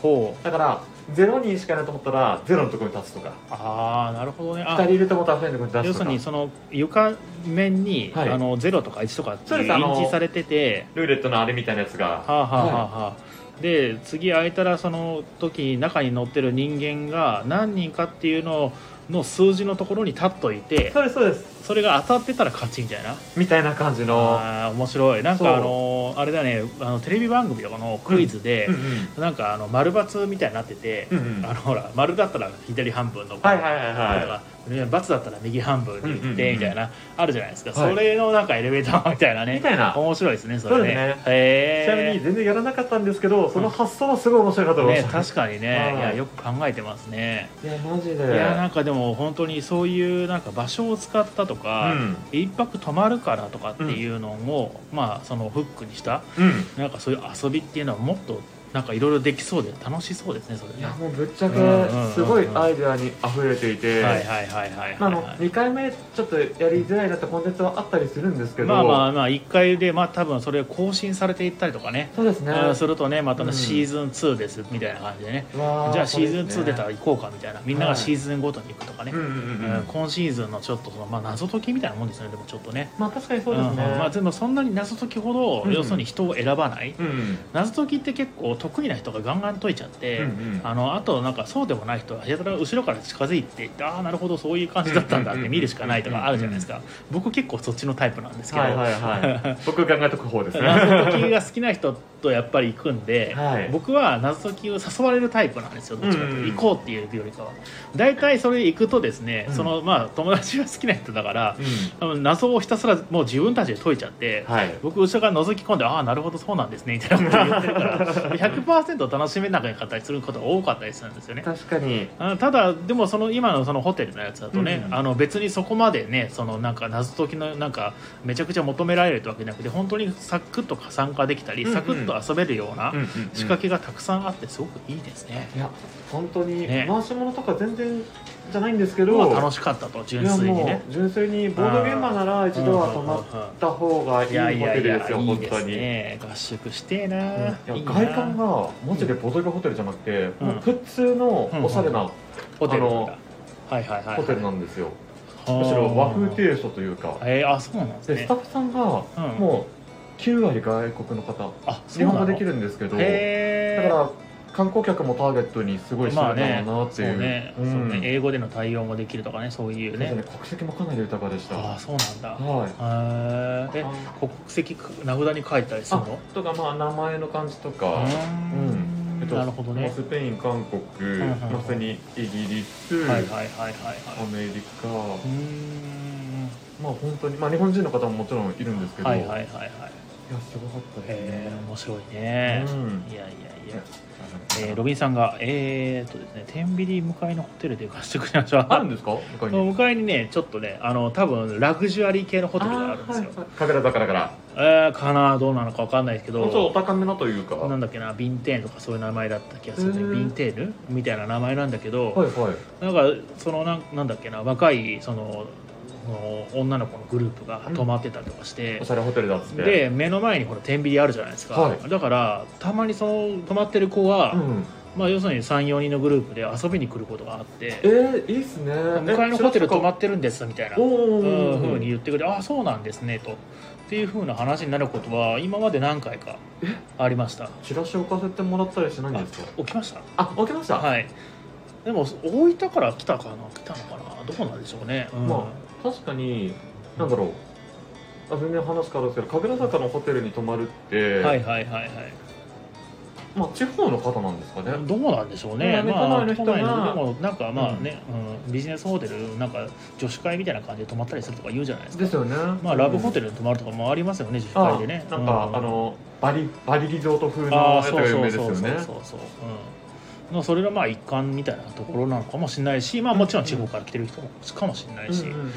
S1: ほう。
S2: だから0人しかいないと思ったら0のところに立つとか
S1: ああ、なるほどね。
S2: 2
S1: あ
S2: 人いると思ったら2人のところに
S1: 要
S2: 立つ
S1: す
S2: と
S1: る
S2: か
S1: にその床面に、
S2: はい
S1: あの0とか1とかって
S2: そう
S1: いう
S2: ですあの
S1: 印字されてて、
S2: ルーレットのあれみたいなやつが
S1: はあ、はあはあはあ、で次開いたらその時中に乗ってる人間が何人かっていうのの数字のところに立っといて
S2: そうですそうです
S1: それが当たってたら勝ちみたいな
S2: みたいな感じの
S1: あー面白いなん
S2: そう
S1: かあのあれだねあのテレビ番組とかのクイズで
S2: うん、うん
S1: なんかあの丸×みたいになってて、
S2: うんうん
S1: あのほら丸だったら左半分の
S2: はいはいはいはい
S1: とかね罰だったら右半分に行っ
S2: うんうんうん
S1: てみたいな、あるじゃないですか、
S2: はい
S1: それのなんかエレベーターみたいな
S2: み
S1: ね
S2: たいな。
S1: 面白いですねそれね
S2: そうです
S1: へ
S2: ち
S1: ー
S2: なみに全然やらなかったんですけど、その発想はすごい面白いかと思い
S1: ね
S2: ました。
S1: 確かにね、
S2: はい
S1: いやよく考えてますね、
S2: いや、マジで。
S1: いやなんかでも本当にそういうなんか場所を使ったとか、
S2: うん。
S1: 一泊泊まるからとかっていうのを、まあそのフックにした
S2: うん。
S1: なんかそういう遊びっていうのはもっとなんかいろいろできそうで楽しそうですねそれ
S2: い
S1: ね
S2: や、
S1: は
S2: もうぶっちゃけ
S1: うんうんうんうん、
S2: すごいアイデアに溢れていて、
S1: いはいはいはい
S2: ま
S1: はい
S2: あ、あの
S1: はい
S2: 2回目ちょっとやりづらいなってコンテンツはあったりするんですけど、
S1: まあまあまあ1回でまあ多分それ更新されていったりとかね
S2: そうですね
S1: うんするとねまた
S2: う
S1: ね
S2: ん
S1: シーズン2ですみたいな感じでね、じ
S2: じ
S1: ゃあシーズン2出た
S2: ら
S1: ら行こうかみたいなみんながシーズンごとに行くとかね、
S2: うんうんうんうん、
S1: うん今シーズンのちょっとその、まあ、謎解きみたいなもんですよねでもちょっとね
S2: まあ確かにそうですね、
S1: んまあ、でもそんなに謎解きほど、
S2: うん
S1: 要するに人を選ばない
S2: うんうん
S1: 謎解きって結構得意な人がガンガン解いちゃって、
S2: うんうん
S1: あのあとなんかそうでもない人はやたら後ろから近づいていってああなるほどそういう感じだったんだっ
S2: うんうんうんう
S1: て
S2: ん
S1: 見るしかないとかあるじゃないですか僕結構そっちのタイプなんですけど、
S2: はいはい はい僕考えとく方ですね
S1: 謎解きが好きな人とやっぱり行くんで、
S2: はい
S1: 僕は謎解きを誘われるタイプなんですよどっちかというと、
S2: うんうん
S1: 行こうっていうよりかは大体それ行くとですね、
S2: うん
S1: そのまあ友達が好きな人だから
S2: う、
S1: 多分謎をひたすらもう自分たちで解いちゃって、
S2: んはい
S1: 僕後ろから覗き込んでああなるほどそうなんですねみたいなこと言ってるから 100%楽しめなかったりすることが多かったりするんですよね
S2: 確かに
S1: あただでもその今のそのホテルのやつだとね、
S2: うん
S1: あの別にそこまでねそのなんか謎解きのなんかめちゃくちゃ求められるってわけじゃなくて本当にサクッと参加できたり、
S2: うんうん
S1: サクッと遊べるような
S2: うんうんうん
S1: 仕掛けがたくさんあってすごくいいですね、
S2: いや本当に
S1: ね
S2: 回し物とか全然じゃないんですけ
S1: 今
S2: ど、
S1: 日は楽しかったと純粋に
S2: いや
S1: ね
S2: もう純粋にボード現場なら一度は泊まった方がい
S1: いや
S2: い
S1: い
S2: ホ
S1: や
S2: テ
S1: いや
S2: ルですよ
S1: いい
S2: 本
S1: で
S2: 当
S1: す
S2: に
S1: ね合宿してえな,、
S2: い
S1: い
S2: や
S1: いな
S2: 外観がマジでボトルホテルじゃなくて、
S1: うん
S2: もう普通のおしゃれな
S1: ホテルなんだ
S2: あ
S1: はいはいはい
S2: ホテルなんですよ、むしろ和風テイストというか、
S1: えー、あそうなんです
S2: でス
S1: ね
S2: タッフさんが
S1: うん
S2: もう9割外国の方
S1: あ
S2: 日本語でき
S1: る
S2: るんですけど、
S1: へ
S2: だ
S1: ー
S2: から観光客もターゲットにすごいしてるんだろうなって
S1: そう
S2: いう,、
S1: ね,、
S2: ん
S1: そうね英語での対応もできるとかねそういう
S2: そう
S1: ね
S2: ですね国籍もかなり豊かでした
S1: ああそうなんだ
S2: はい
S1: へーえ
S2: あ
S1: 国籍名札に書いたりするの
S2: あとかまあ名前の漢字と
S1: う
S2: か、
S1: ーん
S2: えっと
S1: なるほどね
S2: まあスペイン韓国、
S1: んうん
S2: まさにイギリス、
S1: はいはいはいはいはい
S2: アメリカ、
S1: うーん
S2: まあ本当に、まあ、日本人の方ももちろんいるんですけど、
S1: はいはい
S2: い
S1: はい
S2: や
S1: はい
S2: すごかったです
S1: へえ
S2: ね、
S1: 面白いね、
S2: うん
S1: いやいやいや
S2: いや
S1: えーロビンさんが、えーっとですね、天秤向かいのホテルで合宿しましょう。
S2: あるんですか他
S1: その
S2: に
S1: 向かいにね、ちょっとね、あの、多分ラグジュアリー系のホテルがあるんですよ。
S2: 神楽坂だから
S1: えー、かな、どうなのかわかんないですけ
S2: ちょっとお
S1: ど、
S2: 高めのというか
S1: な
S2: はい
S1: んだっけな、ビンテーンとかそういう名前だった気がするね。
S2: へー
S1: ビンテールみたいな名前なんだけど、
S2: はい
S1: なんか、そのなん、なんだっけな、若い、その、その女の子のグループが泊まってたりとかして
S2: おし、ゃれホテルだっつって
S1: で、目の前にほら、天秤あるじゃないですか。
S2: はい
S1: だから、たまにその、泊まってる子は、
S2: うん、
S1: まあ、要するに34人のグループで遊びに来ることがあっ
S2: え
S1: て
S2: ー、いいっすね
S1: 向かいのホテル泊ま
S2: っ
S1: ってるんですみたいな
S2: お
S1: うん
S2: お
S1: ふうに言ってくれてああそうなんですねとっていうふうな話になることは今まで何回かありました
S2: チラシ置かせてもらったりしないんですか
S1: 起きました
S2: あ置けました、
S1: はいでも大分から来たかな来たのかなどこなんでしょうね、うん
S2: まあ確かになんだろうあ全然話変わるんですけど神楽坂のホテルに泊まるって、
S1: はいはいはいはい
S2: まあ、地方の方なんですかね
S1: どうなんでしょうね、
S2: ね
S1: まあ、
S2: 都内の人が
S1: でもなんかまあね、うんビジネスホテルなんか女子会みたいな感じで泊まったりするとか言うじゃないですか
S2: ですよね
S1: まあラブホテ
S2: ル
S1: ルに泊まるとかもありますよね、実
S2: あ
S1: 際でね。
S2: なんか、
S1: うん
S2: あのバリバリリゾート風の
S1: あ
S2: や
S1: あ
S2: つ
S1: そ
S2: が
S1: う
S2: 有
S1: そ
S2: 名
S1: う
S2: です
S1: そ
S2: よ
S1: うそう
S2: ね
S1: そうそう。うん。のそれがまあ一環みたいなところなのかもしれないし、まあもちろん地方から来てる人もかもしれないし、
S2: うんうんうんうん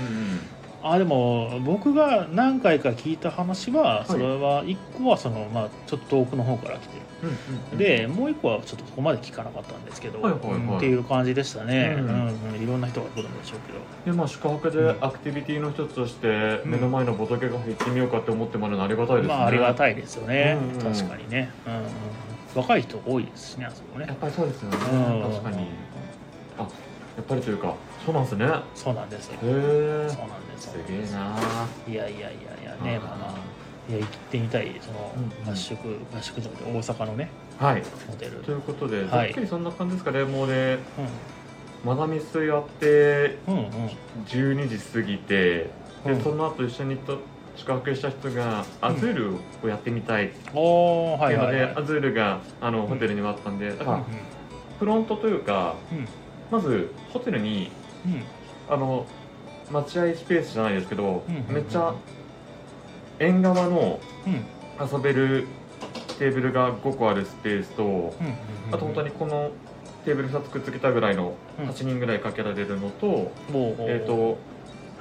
S1: あでも僕が何回か聞いた話は、それは一個はそのまあちょっと遠くの方から来て
S2: うんうんう
S1: る。
S2: ん
S1: でもう一個はちょっとそこまで聞かなかったんですけど、
S2: はいはいはい
S1: うんっていう感じでしたね。う、
S2: うんん
S1: うんいろんな人が来るんでしょうけど。
S2: でまあ、宿泊でアクティビティの一つとして
S1: うん
S2: 目の前の仏が入ってみようかって思ってもらえるのありがたいですね、
S1: まあありがたいですよね。
S2: うんうん
S1: 確かにね。うんうんうん若い人多いですしね、あそこね
S2: や。っぱりそうですよね、
S1: うん
S2: 確かにあやっぱりというかそうなんですねへ
S1: そうなんですよ。
S2: え
S1: そうなんですよ
S2: すげえなあ
S1: いやいやいやいやねまあまあいや行ってみたいその
S2: うんうん
S1: 合宿、合宿じゃなくて大阪のね
S2: はい
S1: ホテル、うん、
S2: ということ
S1: は
S2: で、
S1: い
S2: ざっくりそんな感じですかねもうねマダミスやって
S1: うんうん
S2: 12時過ぎ
S1: う
S2: て、
S1: ん
S2: でその後一緒にと宿泊した人がアズールをやってみたいって
S1: おおはいいう
S2: の
S1: は
S2: で、
S1: いはい
S2: アズールがあの
S1: ん
S2: ホテルにもあったんでだか
S1: うん
S2: らフロントというか
S1: うん
S2: まずホテルに
S1: うん
S2: あの待合スペースじゃないですけど、
S1: うんうんうん
S2: めっちゃ縁側の
S1: うんうん
S2: 遊べるテーブルが5個あるスペースと
S1: うんうん
S2: あと本当にこのテーブル2つくっつけたぐらいの
S1: うん
S2: 8人ぐらいかけられるのと,、
S1: もう
S2: えー、と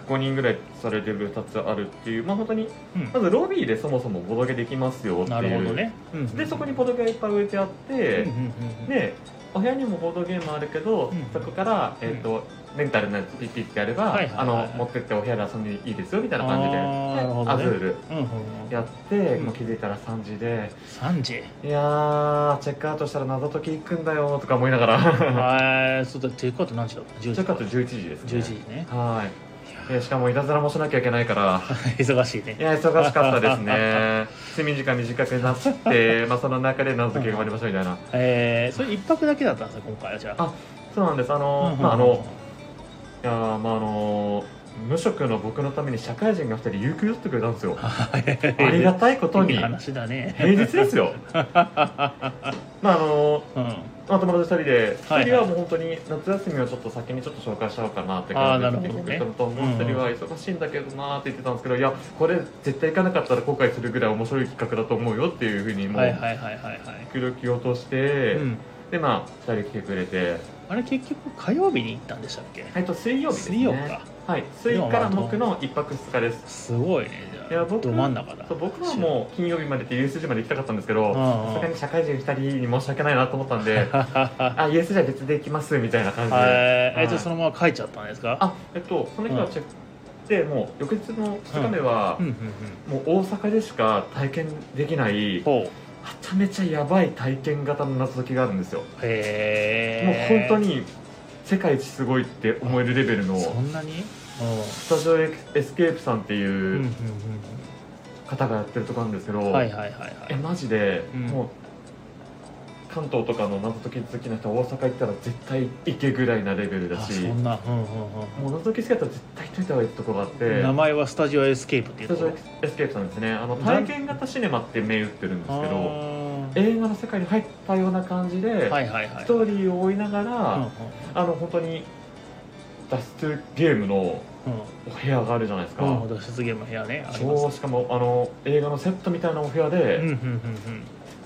S2: 5人ぐらいされるテーブル2つあるっていう、まあ、本当に
S1: うん
S2: まずロビーでそもそもボドゲできますよっていう
S1: なるほどね、うんうんうん
S2: でそこにボドゲがいっぱい置いてあって、
S1: うんうんうんうん
S2: でお部屋にもボードゲームあるけど、
S1: うん
S2: そこから、えーとレンタルのやつピッピッてやれば、
S1: はいはいはいはい
S2: あの持ってってお部屋で遊んでいいですよみたいな感じで
S1: あーなるほどね
S2: でアズール
S1: うんうんうん
S2: やって、
S1: ん
S2: もう気づいたら3時で
S1: 3時
S2: いやーチェックアウトしたら謎解き行くんだよとか思いなが ら
S1: えーそうだテイクアウト何時だった
S2: チ
S1: 10
S2: ェッ
S1: 時
S2: クアウト11時ですね
S1: 10時ね
S2: はい
S1: い
S2: えーしかもいたずらもしなきゃいけないから
S1: や忙しいね
S2: いや忙しかったです ね睡眠時間短くなって、まあ、その中で謎解きが終わりましょうみたいな
S1: えー、それ一泊だけだったんですよ今回はじゃあ
S2: あそうなんですあ
S1: うんうんう、
S2: の
S1: ん
S2: まあ あのいやーまああのー無職の僕のために社会人が2人有給取ってくれたんですよありがたいこと
S1: いい
S2: に
S1: 話だね、
S2: 平日です よまああのー
S1: うん、
S2: まあ、友達2人で
S1: はいはい
S2: 1人はもう本当に夏休みをちょっと先にちょっと紹介しちゃおうかなって
S1: あー
S2: 感
S1: なる
S2: じ
S1: ほ
S2: で
S1: どね
S2: 僕とともう
S1: うんうん
S2: 1人は忙しいんだけどなーって言ってたんですけどいやこれ絶対行かなかったら後悔するぐらい面白い企画だと思うよっていうふうにも
S1: はいうはいはいはいはい、
S2: 気力を落として、
S1: うん、
S2: でまあ2人来てくれて、
S1: あれ結局火曜日に行ったんでしたっけ
S2: えっと、水曜日ですね
S1: 水曜か
S2: はい、水から木の1泊2日です
S1: すごいねじゃあ
S2: いや僕
S1: ど真ん中だ
S2: そう僕はもう金曜日までって USJ まで行きたかったんですけど
S1: うんうん
S2: さすがに社会人2人に申し訳ないなと思ったんであ USJ は別で行きますみたいな感じで、
S1: はい、え
S2: はい
S1: じゃあそのまま書いちゃったんですか
S2: あえっとその日はチェックでもう翌日の2日目は、
S1: うんうん
S2: もう大阪でしか体験できない
S1: うん
S2: は
S1: ほう
S2: ちゃめちゃやばい体験型の謎解きがあるんですよ、
S1: へえ
S2: もう本当に世界一すごいって思えるレベルの
S1: そんなに
S2: スタジオエスケープさんって
S1: うんうんう
S2: い
S1: ん
S2: う方がやってるとこなんですけど、
S1: うんはいはいはいは
S2: え
S1: い
S2: マジで、
S1: うん
S2: もう関東とかの謎解き好きな人は大阪行ったら絶対行けぐらいなレベルだ
S1: あ
S2: し
S1: そんなうんうん
S2: もう謎解き好きだったら絶対行っといた方がいいってとこがあっ
S1: うん
S2: て
S1: 名前はスタジオエスケープっていう
S2: スタ
S1: と
S2: ジ
S1: こ
S2: オ
S1: ろ
S2: エスケープさんですねあの体験型シネマって銘打ってるんですけど
S1: あー
S2: 映画の世界に入ったような感じで、
S1: はいはいはい
S2: ストーリーを追いながら、
S1: うんうん
S2: あの本当に脱出ゲームのお部屋があるじゃないですか、
S1: うんうん脱出ゲームの部屋ねありま
S2: そう
S1: す
S2: しかもあの映画のセットみたいなお部屋で、
S1: うんうんうんうん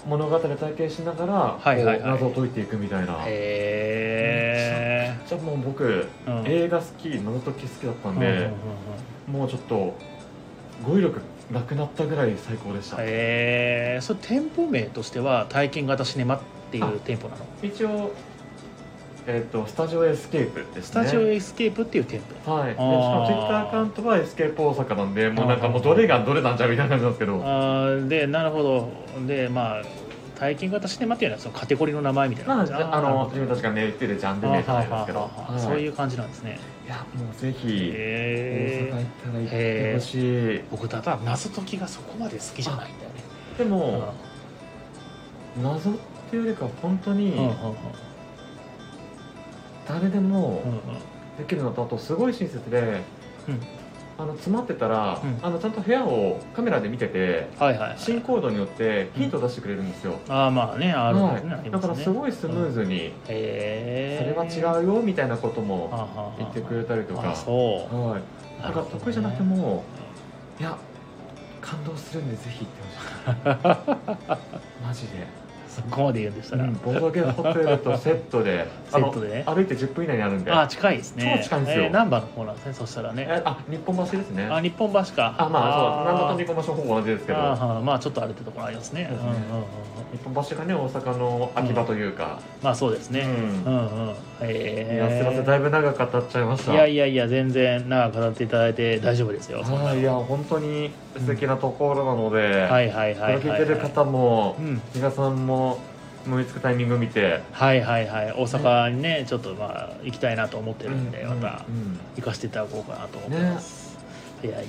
S2: 物語体験しながら、
S1: いはいはい
S2: こう謎を解いていくみたいな
S1: へ
S2: じゃあもう僕
S1: えうん
S2: 映画好き謎解き好きだったん
S1: うんうんうん
S2: で、
S1: うん
S2: もうちょっと語彙力なくなったぐらい最高でした、
S1: へえそれ店舗名としては体験型シネマっていう店舗なの
S2: 一応、えっとスタジオエスケープですね
S1: スタジオエスケープっていう店舗
S2: はいでしか
S1: あー
S2: もツイッターアカウントはエスケープ大阪なんでもうなんかもうどれがどれなんじゃみたいな感じなんですけど
S1: あーでなるほどでまあ体験型シネマっていうのはそのカテゴリーの名前みたいな
S2: ま
S1: 感じ
S2: あ、あの自分たちがね言ってるジャンル名じゃないですけど、はい
S1: そういうう感じなんですね
S2: いやもうぜひ大阪
S1: へ
S2: 行っ
S1: え
S2: たら行ってほしい
S1: 僕ただ謎解きがそこまで好きじゃないんだよね
S2: で
S1: うん
S2: も謎っていうよりかは本当
S1: うんうん
S2: に誰でも、
S1: うん
S2: できるのとあとすごい親切で、
S1: うん
S2: あの詰まってたら、
S1: うん
S2: あのちゃんと部屋をカメラで見てて
S1: はいはいはい
S2: 進行度によってヒントを出してくれるんですよ、
S1: ああまあねある
S2: は
S1: もんねあ
S2: い、
S1: り
S2: だ
S1: ま
S2: から
S1: すね
S2: すごいスムーズに、
S1: へ
S2: それ
S1: え
S2: は違うよみたいなことも
S1: 言
S2: 言ってくれたりとか、
S1: あそう
S2: はい、だから得意じゃなくても、いや感動するんでぜひ行 ってほしいマジで、
S1: そこまで言うんでした
S2: う
S1: ら、
S2: ん、ボードゲームホテルとセットで
S1: セットでね
S2: あの歩いて10分以内にあるんで
S1: あ近いですね
S2: 超近いんですよ
S1: えー、難波の方なんですねそしたらね
S2: えあ日本橋ですね
S1: あ日本橋か
S2: あまあそう南波と日
S1: 本
S2: 本橋ほぼ同じですけど
S1: あーはーまあちょっとあるってところありますね
S2: そううんで
S1: う
S2: す
S1: ん
S2: ね
S1: うんうん
S2: 日本橋がね大阪の秋葉というか、
S1: まあそうです
S2: う
S1: ね、
S2: ん
S1: うん、うん
S2: いやすいませんだ
S1: え
S2: いぶ長く語っちゃいまし
S1: ー、
S2: た
S1: いやいやいや全然長く語っていただいて大丈夫ですよそんな
S2: はいいや本当に素敵なところなので、
S1: はいはいはいはい
S2: これ
S1: は
S2: 聞
S1: い
S2: いてる方も
S1: うん
S2: 比嘉さんも思いつくタイミングを見て
S1: はいはいはい大阪にねちょっとまあ行きたいなと思ってるんでまた
S2: うん
S1: 行かせていただこうかなと思ってます、いやいやい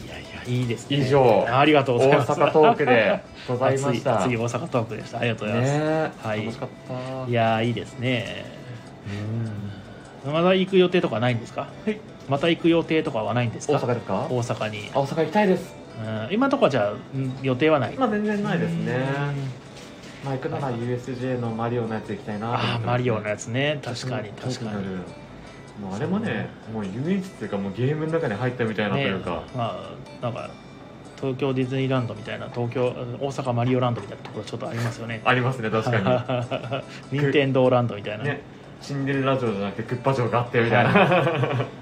S1: やいいですね
S2: 以上
S1: ありがとうござい
S2: 大
S1: ます
S2: 阪トークでございました
S1: 熱い熱い
S2: ね
S1: 大阪トークでしたありがとうございます、
S2: え、
S1: はい
S2: 楽しかった
S1: いやーいいですねまだ行く予定とかないんですか
S2: はい
S1: また行く予定とかはないんですか
S2: 大阪ですか
S1: 大阪に
S2: あ、大阪行きたいです
S1: うん、今のとこはじゃあうん予定はない、
S2: まあ全然ないですねまあ行くなら USJ のマリオのやつ行きたいなと思って
S1: あ
S2: ます
S1: あマリオのやつね確かに確かに
S2: るもうあれもね、もう遊園地っていうか、もうゲームの中に入ったみたいなというか、
S1: まあ、なんか、東京ディズニーランドみたいな、東京、大阪マリオランドみたいなところちょっとありますよね。
S2: ありますね、確か
S1: か に。任天堂ランドみたいな。
S2: に。ね、シンデレラ城じゃなくてクッパ城があってみたいな。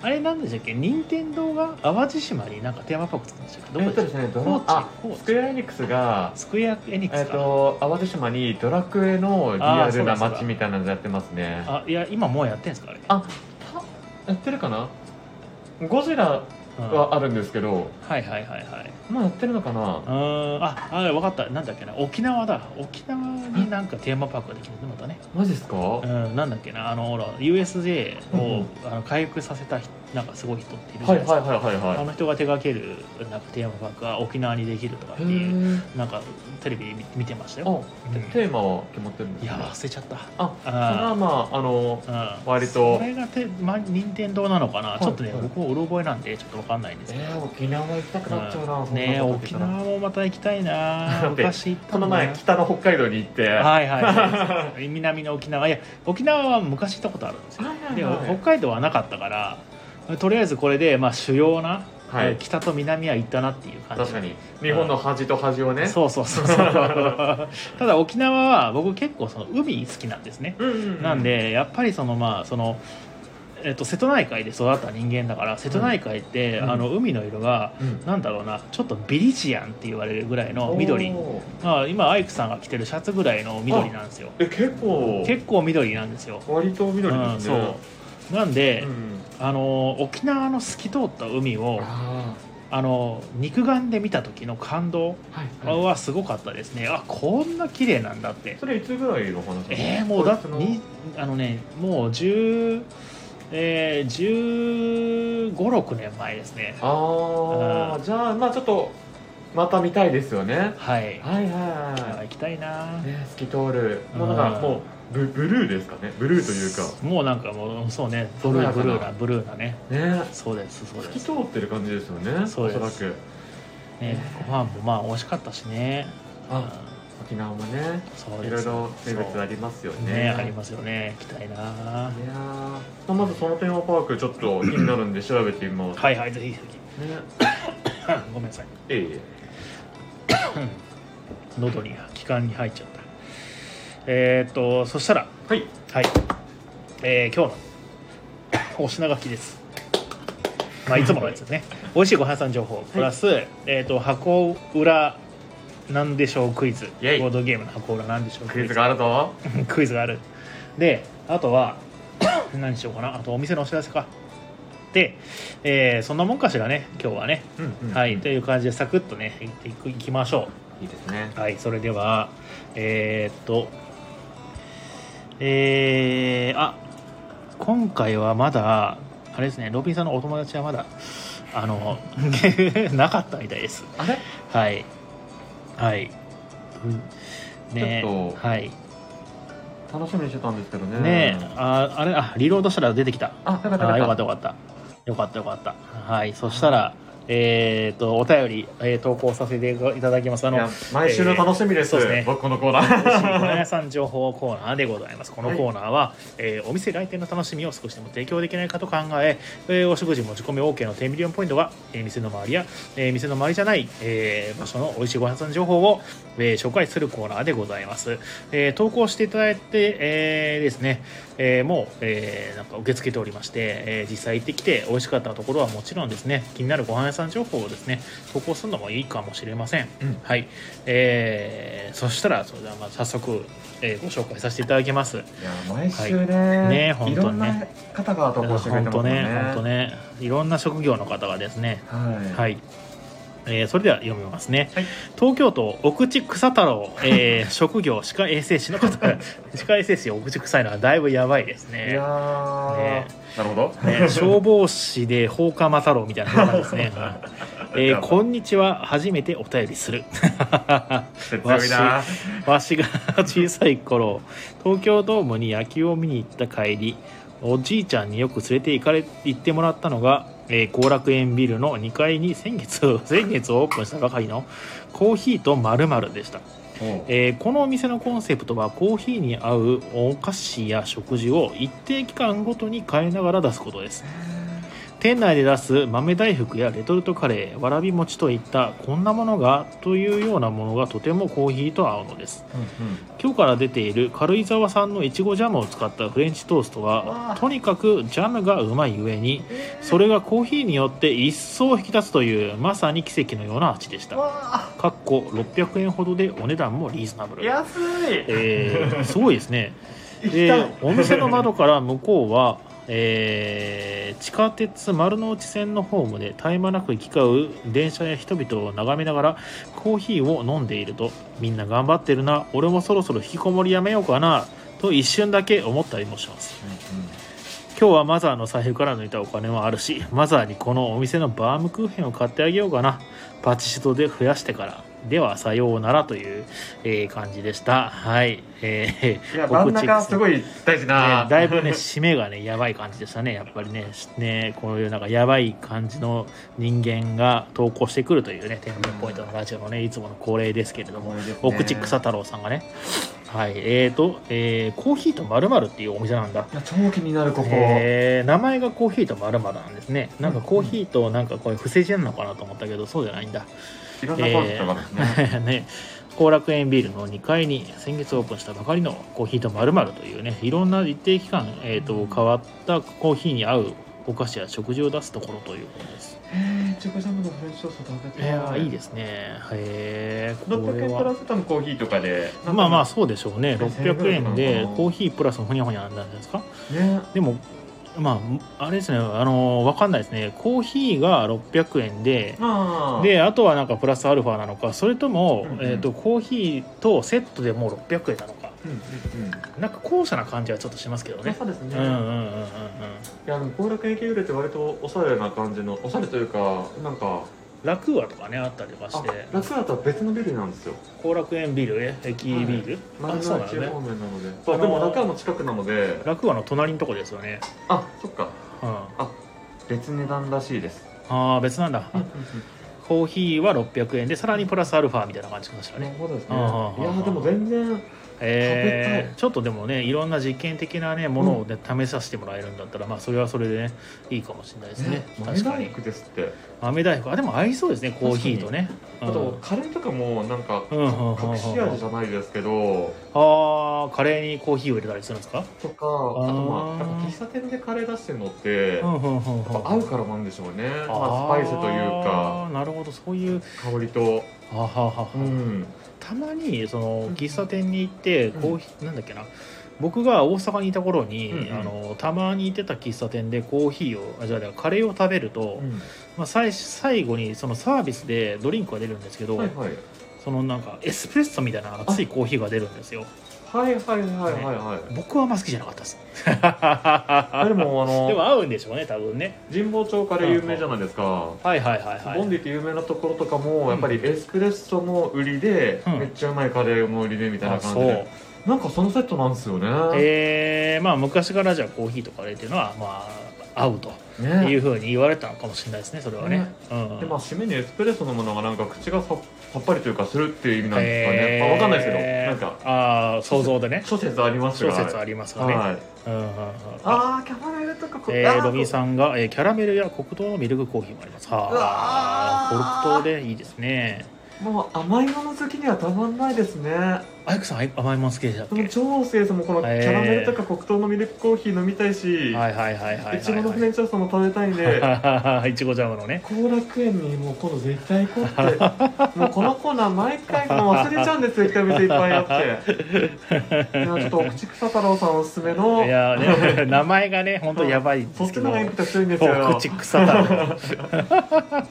S1: あれなんでしたっけ任天堂が淡路島になんかテーマパーク作ったんでしたっけど
S2: え
S1: こ
S2: っと
S1: で
S2: で
S1: し
S2: す
S1: た
S2: ね、ド
S1: 高
S2: ラ
S1: 知
S2: あ
S1: 高知
S2: スクエアエニックスが、
S1: スクエアエニック
S2: え
S1: ス
S2: っ
S1: か、
S2: と、淡路島にドラクエのリアルな街みたいなのやってますね。
S1: あいや今もうやってんですかあれ
S2: あ、たやってるかなゴジラ
S1: うん
S2: はあるんですけど、
S1: はいはいはいはい
S2: もうやってるのかな
S1: うーんああ分かったなんだっけな沖縄だ沖縄になんかテーマパークができるねまたね
S2: マジっすか
S1: うんなんだっけなあのほら USJ
S2: うんう
S1: を
S2: ん
S1: あの回復させた人なんかすごい人っているじゃ
S2: は
S1: ないい
S2: は
S1: です
S2: い
S1: か、
S2: はいはい
S1: あ
S2: は
S1: の人が手掛けるなんかテーマパークが沖縄にできるとかって
S2: い。
S1: いう
S2: へ
S1: なんかテレビ見見てました
S2: ー
S1: よ、
S2: あ、
S1: うん
S2: テーマは決まってるんです
S1: いや
S2: か
S1: 忘れちゃった
S2: あ、それは
S1: あ
S2: まあ、あの、
S1: あ
S2: 割と
S1: これがて、ま、任天堂なのかな、
S2: はい
S1: ちょっとね、
S2: はい
S1: 僕もうろ覚えなんでちょっとわかんないんですけど、
S2: えー、沖縄行きたくなっちゃうな、
S1: うん
S2: そんなこと
S1: ねえ
S2: 聞い
S1: 沖
S2: たら
S1: 縄もまた行きたい
S2: だ
S1: な
S2: って
S1: 昔行った
S2: こ
S1: んだ
S2: の前、北の北海道に行って、
S1: はいはいはい 南の沖縄いや沖縄は昔行ったことあるんですよ
S2: はいはいはい
S1: でも北海道はなかったからとりあえずこれでまあ主要な、
S2: はい
S1: 北と南は行ったなっていう感じ
S2: 確かに、日本の端と端をね、
S1: そうそうそうそう ただ沖縄は僕結構その海好きなんですね、
S2: うんうんう
S1: なん、でやっぱりそのまあそのえっと、瀬戸内海で育った人間だから瀬戸内海って、
S2: うん
S1: あの海の色が
S2: うん
S1: なんだろうなちょっとビリジアンって言われるぐらいの緑
S2: おー
S1: まあ今アイクさんが着てるシャツぐらいの緑なんですよ
S2: え結構
S1: 結構緑なんですよ、
S2: 割と
S1: う
S2: 緑
S1: ん、
S2: ですね、
S1: そうなんで、
S2: ん
S1: あの沖縄の透き通った海を
S2: あ
S1: あの肉眼で見た時の感動
S2: ーはいはい
S1: はすごかったですねあこんな綺麗なんだって
S2: それいつぐらいの話なんですか
S1: えー、もうだって
S2: これ
S1: にあのねもう10えー、1 5 6年前ですね
S2: あ
S1: う
S2: あじゃあまあちょっとまた見たいですよね
S1: はい、
S2: はいはい
S1: あ
S2: は、
S1: 行きたいない
S2: ね、透き通るもうなんか
S1: うん
S2: もうブブルーですかねブルーというか
S1: もうなんかもうそうねブルーブルーなブルーなね
S2: ね
S1: そうですそう
S2: 透
S1: で
S2: き
S1: す
S2: 通ってる感じですよね
S1: そうです
S2: おそらく
S1: ね、ご飯もまあ美味しかったしね。
S2: あ沖縄もね
S1: うんそう
S2: い
S1: で
S2: ろい
S1: す
S2: ろ名物あ
S1: ね
S2: りますよね
S1: ねありますよね。行きたいな。はい
S2: やーまあまずそのテーマパークちょっと気になるんで調べてみます、
S1: いはいぜひぜ
S2: ね
S1: ひ。ごめんなさい。
S2: えいえ
S1: 喉に気管に入っちゃった。えーっとそしたら
S2: はい
S1: はい、えー今日のお品書きです。まあいつものやつです ね。美味しいご飯屋さん情報プラス、えーっと箱裏なんでしょうクイズ。
S2: イェイ
S1: ボードゲームの箱裏なんでしょう
S2: クイズがあるぞ
S1: クイズがあるであとは 何しようかなあとお店のお知らせかで、えーそんなもんかしらね今日はね、
S2: うんうん
S1: はいという感じでサクッとねいっていくいきましょ
S2: いいですね
S1: うはいそれではえーっとえー、あ今回はまだあれですねロビンさんのお友達はまだあの なかったみたいです
S2: あれ
S1: はいはい、うんね
S2: ちょっと
S1: はい
S2: 楽しみにしてたんですけどね
S1: ねえ、ああれあリロードしたら出てきた
S2: あよかった
S1: あよ
S2: よ
S1: か
S2: か
S1: っ
S2: ったた
S1: よかったよかったよかったはいそしたらえっとお便り、えー投稿させていただきますあ
S2: い
S1: の
S2: や毎週の楽しみです,、
S1: えーそうですね
S2: 僕このコーナー
S1: パン屋さん情報コーナーでございますこのコーナーは、えーお店来店の楽しみを少しでも提供できないかと考ええーお食事持ち込み OK の10ミリオンポイントは、えー店の周りや、えー店の周りじゃない、えー場所の美味しいご飯屋さん情報を、えー紹介するコーナーでございます、えー投稿していただいて、えーですね、えーもう、えーなんか受け付けておりまして、えー実際行ってきて美味しかったところはもちろんですね気になるご飯屋さん情報をですね投稿するのもいいかもしれません、
S2: うん
S1: はい、えーそしたらそれではまあ早速、えーご紹介させていただきます
S2: いや毎
S1: い
S2: 週ね,、い、
S1: ね本当にね
S2: ろんな方が投稿してくれて
S1: 本当
S2: ますもんね
S1: ね本当ねいろんな職業の方がですね
S2: はい、、
S1: はいい、えーそれでは読みますね、
S2: はい
S1: 東京都奥地草太郎、え ー職業歯科衛生士の方歯科衛生士奥地臭いのはだいぶやばいですね
S2: やー、
S1: ね
S2: なるほど、
S1: ね、消防士で放火魔太郎みたいな感じです ね、えーこんにちは初めてお便りする
S2: 強いな
S1: わしが 小さい頃東京ドームに野球を見に行った帰りおじいちゃんによく連れて行かれ行ってもらったのが後、えー後楽園ビルの2階に先月先月オープンしたばかりのコーヒーと〇〇でしたえーこのお店のコンセプトはコーヒーに合うお菓子や食事を一定期間ごとに変えながら出すことです店内で出す豆大福やレトルトカレーわらび餅といったこんなものがというようなものがとてもコーヒーと合うのです今日から出ている軽井沢産のいちごジャムを使ったフレンチトースト
S2: わあ
S1: はとにかくジャムがうまい上にそれがコーヒーによって一層引き立つというまさに奇跡のような味でした
S2: わ
S1: かっこ600円ほどでお値段もリーズナブ
S2: あ
S1: ル
S2: 安い
S1: えーすごいですね
S2: 行きた
S1: で
S2: い
S1: お店の窓から向こうは、えー地下鉄丸の内線のホームで絶え間なく行き交う電車や人々を眺めながらコーヒーを飲んでいるとみんな頑張ってるな俺もそろそろ引きこもりやめようかなと一瞬だけ思ったりもします今日はマザーの財布から抜いたお金もあるしマザーにこのお店のバームクーヘンを買ってあげようかなパチストで増やしてからではさようならという、えー感じでしたはいえー
S2: いや真ん中すごい大事な、
S1: ね、だいぶね締めがねやばい感じでしたねやっぱりねしねこういうなんかやばい感じの人間が投稿してくるというね天然ポイントのラジオのねいつもの恒例ですけれども、
S2: 思い出ですね
S1: 奥地草太郎さんがねはいえーと、えーコーヒーとまるまるっていうお店なんだ
S2: いや超気になるここ、
S1: えー名前がコーヒーとまるまるなんですねなんかコーヒーとなんかこういう不正字なのかなと思ったけどそうじゃないんだ
S2: いろんなコンセプトがあるんですね、
S1: ね後楽園ビールの2階に先月オープンしたばかりのコーヒーとまるまるというねいろんな一定期間、えー、と変わったコーヒーに合うお菓子や食事を出すところということです。
S2: えー、チョコジャムのフレンチトースト食べ
S1: い
S2: たい。。
S1: やーいいですすね。へえこ
S2: 600
S1: れ
S2: 円プラ
S1: は。
S2: ス多分コーヒーとかで。
S1: まあまあ
S2: ね
S1: そうでしょうね。600円でコーヒープラスほにゃほにゃなんじゃないですか。でもまああれですねあのーわかんないですね。コーヒーが600円で
S2: まあ。
S1: であとはなんかプラスアルファなのかそれとも、
S2: うんうん
S1: えー、とコーヒーとセットでもう600円なのか
S2: うんうんうん。
S1: なんか後者な感じはちょっとしますけど
S2: まあ
S1: ね。
S2: そうです
S1: う
S2: ね。
S1: んうんうんうん
S2: い
S1: うん
S2: や、でも後楽園駅ビルって割とおしゃれな感じの、おしゃれというか、なんか、
S1: ラクーアとかねあったりとかし
S2: あ
S1: て、
S2: 楽屋とは別のビルなんですよ。
S1: 後楽園ビルえ駅ビル、
S2: 丸
S1: あそうなの
S2: の内
S1: ね
S2: 方面なので。
S1: あ
S2: そう、
S1: のー
S2: でも楽屋も近くなので、
S1: ラクーアの隣のとこですよね、
S2: あ、そっか。
S1: うん、あ
S2: 別値段らしいです。
S1: あー別なんだ、あコーヒーは600円でさらにプラスアルファみたいな感じかしら
S2: なる
S1: ね、
S2: ほどですね。い
S1: うん
S2: や
S1: うんうん
S2: ー、でも全然、食べ
S1: え
S2: た
S1: ー、ちょっとでもねいろんな実験的なねものを、ね試させてもらえるんだったらまあそれはそれでねいいかもしれないですね
S2: ね、マネ
S1: 確か
S2: ダ
S1: に
S2: イクですって。
S1: 豆大福あでも合いそうですねコーヒーとね
S2: あと、カレーとかも、なんか、
S1: うんうんうんうんうん
S2: 隠し味じゃないですけど
S1: ああカレーにコーヒーを入れたりするんですか
S2: とかあとま
S1: あー
S2: あやっぱ喫茶店でカレー出してるのって、やっ
S1: うんうん
S2: ぱ合うからなんでしょうね、ま
S1: あ
S2: あ、スパイスというか
S1: ーなるほどそういう
S2: 香りと、
S1: あははは、
S2: うん、
S1: たまにその
S2: うん
S1: 喫茶店に行って
S2: うん
S1: コーヒー、なんだっけな僕が大阪にいた頃に、
S2: うんうん
S1: あのたまに行ってた喫茶店でコーヒーをあじゃあカレーを食べると、まあ、最最後にそのサービスでドリンクが出るんですけど、
S2: はいはい
S1: そのなんかエスプレッソみたいな熱いコーヒーが出るんですよ
S2: はいはいはいはいはい、
S1: 僕はあんま好きじゃなかったです
S2: あでもあ
S1: でも
S2: の
S1: 合うんでしょうね多分ね
S2: 神保町カレー有名じゃないですか
S1: はいはいはいはい
S2: ボンディって有名なところとか
S1: うん
S2: もやっぱりエスプレッソも売りで、
S1: うん
S2: めっちゃうまいカレーも売りでみたいな
S1: あ
S2: 感
S1: そ
S2: じで
S1: う
S2: なんかそのセットなんですよね、
S1: えー、まあ昔からじゃあコーヒーとカレーっていうのはまあ合うと
S2: ね
S1: いうふうに言われたのかもしれないですねそれはね
S2: ね、
S1: うん
S2: でまあ、締めにエスプレッソのものがなんか口がささっぱりというかするっていう意味なんですかね、
S1: え
S2: まあ、わかんないですけど
S1: ー
S2: なんか
S1: ああ想像でね
S2: 諸説あります
S1: 小
S2: が
S1: 説ありますがね、
S2: はい、
S1: うんうんうんあ
S2: あーキャバレルとかこ
S1: えー
S2: あー
S1: ロビンさんが、えーキャラメルや黒糖のミルクコーヒーもありますは
S2: うわ
S1: あ
S2: ー
S1: 黒糖でいいですね
S2: もう甘いもの好きにはたまんないですね
S1: アイクさんあい甘いもの好きでしたっ
S2: でも
S1: け
S2: 超生さんもこのキ
S1: えー
S2: ャラメルとか黒糖のミルクコーヒー飲みたいし、
S1: はいはいはいはい
S2: いちごのフレ
S1: は
S2: ンチトーストも食べたいん
S1: い
S2: で
S1: はいいちごジャムのね
S2: 後楽園にもう今度絶対行こうってもうこのコーナー毎回もう忘れちゃうんですよ行った店いっぱいあっていやちょっと奥地草太郎さんおすすめの
S1: いやーね 名前がね本当やばいん
S2: そ
S1: で
S2: っ
S1: す
S2: ち
S1: けど
S2: の方がいいこと強いんですよ
S1: 口臭だ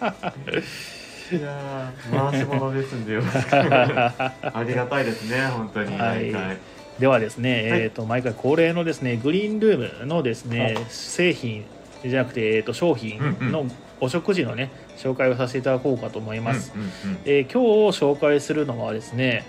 S2: いやー回し物ですんでよろしく ありがたいですね本当に
S1: はい
S2: 毎回
S1: ではですね、
S2: はい
S1: えー、と毎回恒例のですねグリーンルームのですね製品じゃなくて、えー、と商品のお食事のね紹介をさせていただこうかと思います、
S2: うんうんうん
S1: えー今日紹介するのはですね、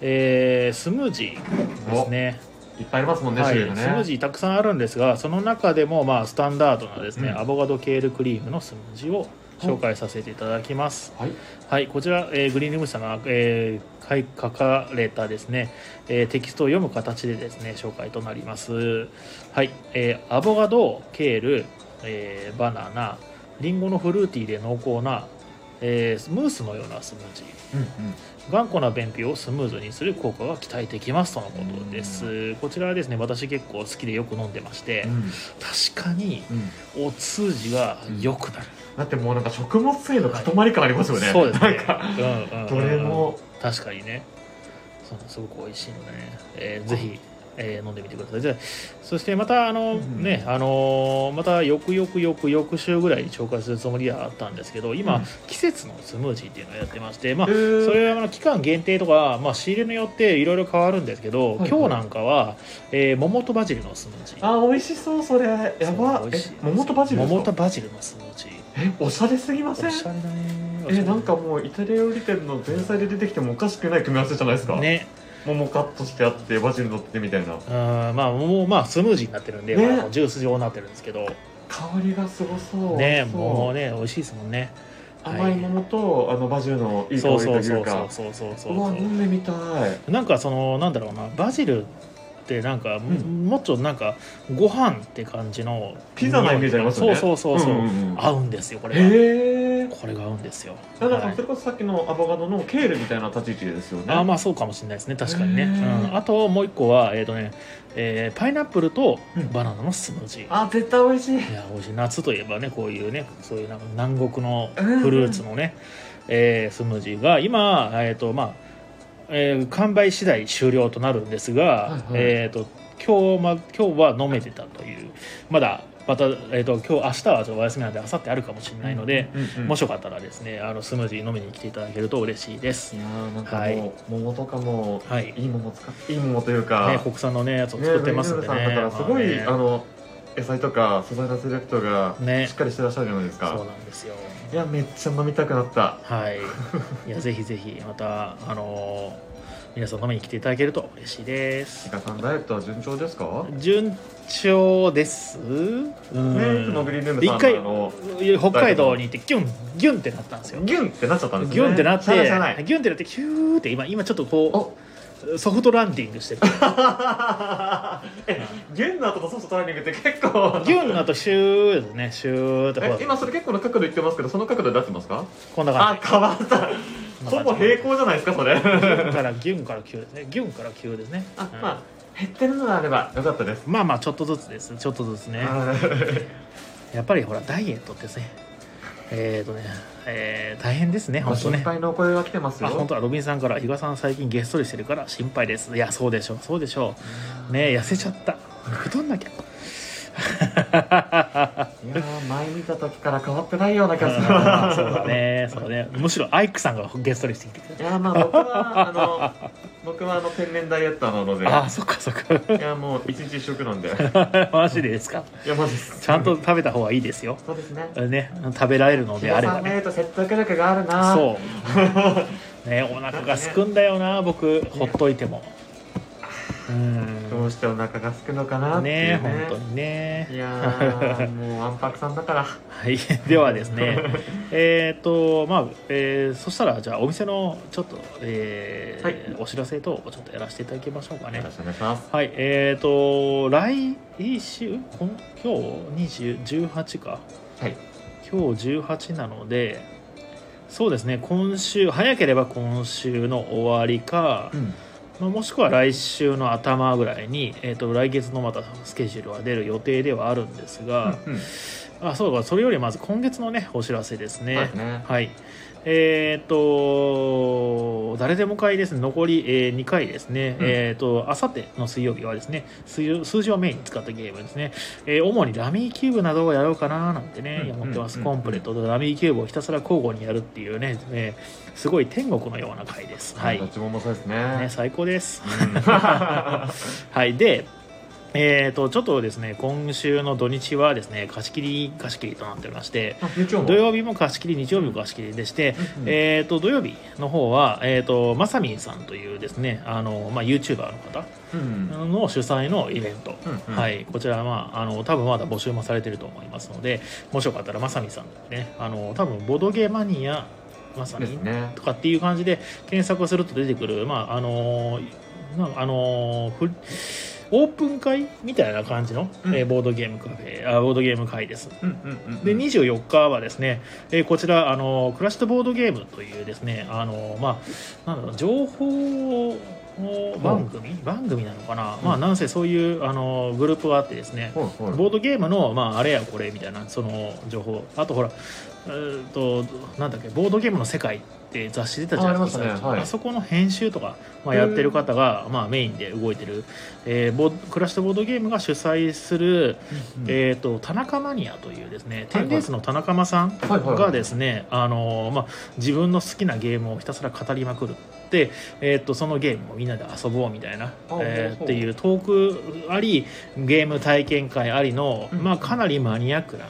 S1: えースムージーですね
S2: いっぱいありますもんね
S1: はい、ス
S2: 種類
S1: ム
S2: がね
S1: ージーたくさんあるんですがその中でもまあスタンダードなですね、
S2: うん
S1: アボカドケールクリームのスムージーを紹介させていただきます。
S2: はい。
S1: はい、こちら、えーグリーンルームさんが、えー書い書かれたですね、えーテキストを読む形でですね、紹介となります。はい、えーアボカド、ケール、えーバナナ、リンゴのフルーティーで濃厚な、えームースのようなスムージー。
S2: うん
S1: 頑固な便秘をスムーズにする効果が期待できますとのことです。こちらはですね、私結構好きでよく飲んでまして、
S2: うん。
S1: 確かに
S2: うん。
S1: お通じが良くなる。
S2: だってもうなんか食物繊維の塊感ありますよね。
S1: そうですね。
S2: なんか、
S1: うんうんうん
S2: どれも。
S1: 確かにねそうすごく美味しいので、ねえーぜひ、えー飲んでみてくださいでそしてまたあの、
S2: うん
S1: ねあのーまた翌々翌翌週ぐらいに紹介するつもりではあったんですけど今、
S2: うん
S1: 季節のスムージーっていうのをやってましてまあ
S2: えー
S1: それはあの期間限定とか、まあ、仕入れによっていろいろ変わるんですけど、
S2: はいはい
S1: 今日なんかは、えー桃とバジルのスムージー
S2: あ、美味しそう、それ。やば
S1: そう。美
S2: え
S1: 味しい、
S2: 桃とバジルですか
S1: 桃とバジルのスムージー
S2: え、おしゃれすぎません
S1: おしゃれだねおしゃれ
S2: え、なんかもうイタリア料理店の前菜で出てきてもおかしくない組み合わせじゃないですか。。
S1: ね
S2: 桃カットしてあって、バジル乗っててみたいな。
S1: うんまあもうまあスムージーになってるんで、
S2: ね
S1: まああのジュース状になってるんですけど
S2: 香りがすごそう。
S1: ね
S2: そう
S1: もうね美味しいですもんね
S2: 甘い桃と、あのバジルのいい香
S1: そ
S2: り
S1: うそ
S2: と
S1: う
S2: い
S1: そううそう
S2: か。
S1: そうそうそう
S2: うわ、
S1: そ
S2: 飲んでみたい。
S1: うなんかそのなんだろうなバジルってなんか、
S2: ん
S1: もっとなんかご飯って感じの
S2: ピザのイメージありますよね。
S1: そうそうそうそう、
S2: んんうん
S1: 合うんですよこれが
S2: へえ。
S1: これが合うんですよ、
S2: だから
S1: はい
S2: それこそさっきのアボカドのケールみたいな立ち位置ですよね。
S1: あーまあそうかもしれないですね確かにね、
S2: へー
S1: うん、あともう一個はえっ、とね、えーパイナップルと
S2: うん
S1: バナナのスムージー、
S2: あ絶対美味しい。
S1: いや美味しい夏といえばねこういうねそういうなんか南国のフルーツのね、えースムージーが今、えーとまあえー完売次第終了となるんですが、
S2: はいはい
S1: えー、と今日,、ま、今日は飲めてたというまだまた、えー、と今日明日はちょっとお休みなんで明後日あるかもしれないので、
S2: うんうん
S1: もしよかったらですねあのスムージー飲みに来ていただけると嬉しいで
S2: い
S1: す。
S2: やーなんかもう、
S1: はい
S2: 桃とかも
S1: はいね、
S2: いい桃使っていい桃というか、
S1: 国産のねやつを作ってますんでね。
S2: ねだからすごい、あ
S1: まあね
S2: の野菜とか素材のセレクトが
S1: ね
S2: しっかりしてらっしゃるじゃないですか。
S1: そうなんですよ。
S2: いやめっちゃ飲みたくなった。
S1: はい、いやぜひぜひまた、あのー皆さん飲みに来ていただけると嬉しいです
S2: シ。カさんダイエットは順調ですか？
S1: 順調です。うん
S2: ねいつもグリーンルームさん
S1: 一回
S2: あの
S1: 北海道に行ってギュンギュンってなったんですよ。
S2: ギュンってなっちゃったんですね。
S1: ギュンってなっ
S2: しゃあないしゃあな
S1: て、
S2: い
S1: ギュンってなって、ヒューって今、今ちょっとこう、ソフトランディングしてる。
S2: えギュンの後とソフトトラーニングって結構
S1: ギュンの後、シューですね、シューって
S2: え
S1: ほら、
S2: 今それ結構の角度言ってますけどその角度で出ってますか
S1: こんな感
S2: あ変わった
S1: じ。
S2: ほぼ平行じゃないですかそれあ
S1: 行 から、ギュンから急ですね。ギュンから急ですね。うん
S2: まあ減ってるのであればよかったです
S1: まあまあ、ちょっとずつです。ちょっとずつね。 やっぱりほらダイエットってですねえっ、ー、とね、えー大変ですね
S2: ご
S1: 本当
S2: 心
S1: ね
S2: 配のお声が来てますよ
S1: あ本当はロビンさんから「比嘉さん最近げっそりしてるから心配です」いやそうでしょうそうでしょうねえ痩せちゃった太んなき ゃ
S2: いやー前見た時から変わってないような気がする
S1: あー そうだねそうだねむしろアイクさんがげっそりしてきてくれ
S2: いやーまあ僕はあの僕はあの天然ダイエッターなので
S1: たあーそっか そっ
S2: いやもう一日一食なんで
S1: かマジでですか
S2: いやマジです
S1: ちゃんと食べた方がいいですよ
S2: そうですね
S1: ね食べられるの
S2: 日
S1: であ
S2: 嘉
S1: れ
S2: さ
S1: ば
S2: ん見
S1: ね
S2: ると説得力があるな
S1: そう。 ね、お腹がすくんだよな、僕、ほっといても。う
S2: ど
S1: ん。
S2: うしてお腹がすくのかなっていう
S1: ね、本当にね。
S2: いやーもうわんぱくさんだから
S1: はい、 ではです ね。えっと、まあ、えーそしたら、じゃあ、お店の、ちょっと、えー
S2: はい
S1: お知らせ等をちょっとやらせていただきましょうかね
S2: よろ。しくお願いします
S1: はい、えっ、と、来週、こん今日20、18か。
S2: はい
S1: 今日18なので、そうですね、今週、早ければ今週の終わりか、
S2: うん
S1: まあ、もしくは来週の頭ぐらいに、えー、と来月のまたスケジュールは出る予定ではあるんですが、
S2: うん
S1: あそうかそれよりまず今月のねお知らせですね
S2: そう
S1: は
S2: です
S1: い、
S2: ね
S1: えっ、と誰でも会ですね残り、え2回ですね、
S2: うん
S1: えっ、とあさっての水曜日はですね数数字をメインに使ったゲームですね、えー主にラミーキューブなどをやろうかななんてね、
S2: うん
S1: 思ってます、
S2: うん
S1: コンプレとラミーキューブをひたすら交互にやるっていうね、えーすごい天国のような会ですはい、
S2: どっちも面白いで す
S1: ね、
S2: ね
S1: 最高です
S2: うん
S1: はい、で、えー、とちょっとですね今週の土日はですね貸し切り貸し切りとなっておりまして
S2: あ日曜も
S1: 土曜日も貸し切り日曜日も貸し切りでして、
S2: うんうん
S1: えー、と土曜日の方は、えー、とまさみんさんというですねあの、まあ、YouTuber の方
S2: うん
S1: の主催のイベント、
S2: うんうん
S1: はい、こちらは、まあ、あの多分まだ募集もされてると思いますのでもしよかったらまさみんさんねあの多分ボードゲーマニアまさ
S2: で
S1: み
S2: す
S1: ん
S2: ね
S1: とかっていう感じで検索すると出てくる、まああのなあのふオープン会みたいな感じの、
S2: うん
S1: えーボードゲームカフェあボードゲーム会です。
S2: うんうんうんうん
S1: で24日はですね、えーこちらあのクラシットボードゲームというですねあの、まあ、なんだろう情報番組番組なのかな、まあなんせそういうあのグループがあってですね、
S2: ほいほい
S1: ボードゲームの、まあ、あれやこれみたいなその情報あとほらえーっとなんだっけボードゲームの世界って雑誌出たじゃないですか
S2: あありましたねはい
S1: あそこの編集とか、まあ、やってる方が、まあ、メインで動いてる、えー、ボクラシットボードゲームが主催する、
S2: うん
S1: えーっと田中マニアというですね
S2: はい
S1: テンデースの田中間さん
S2: はいはいはい
S1: がですね、あのーまあ、自分の好きなゲームをひたすら語りまくるで、えーっとそのゲームをみんなで遊ぼうみたいな、
S2: あ
S1: えー
S2: そう
S1: っていうトークありゲーム体験会ありの、
S2: うん
S1: まあ、かなりマニアックな。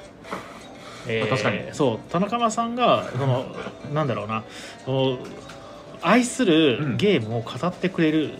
S1: え
S2: 確かに
S1: そう田中間さんがそのなんだろうなその愛するゲームを語ってくれる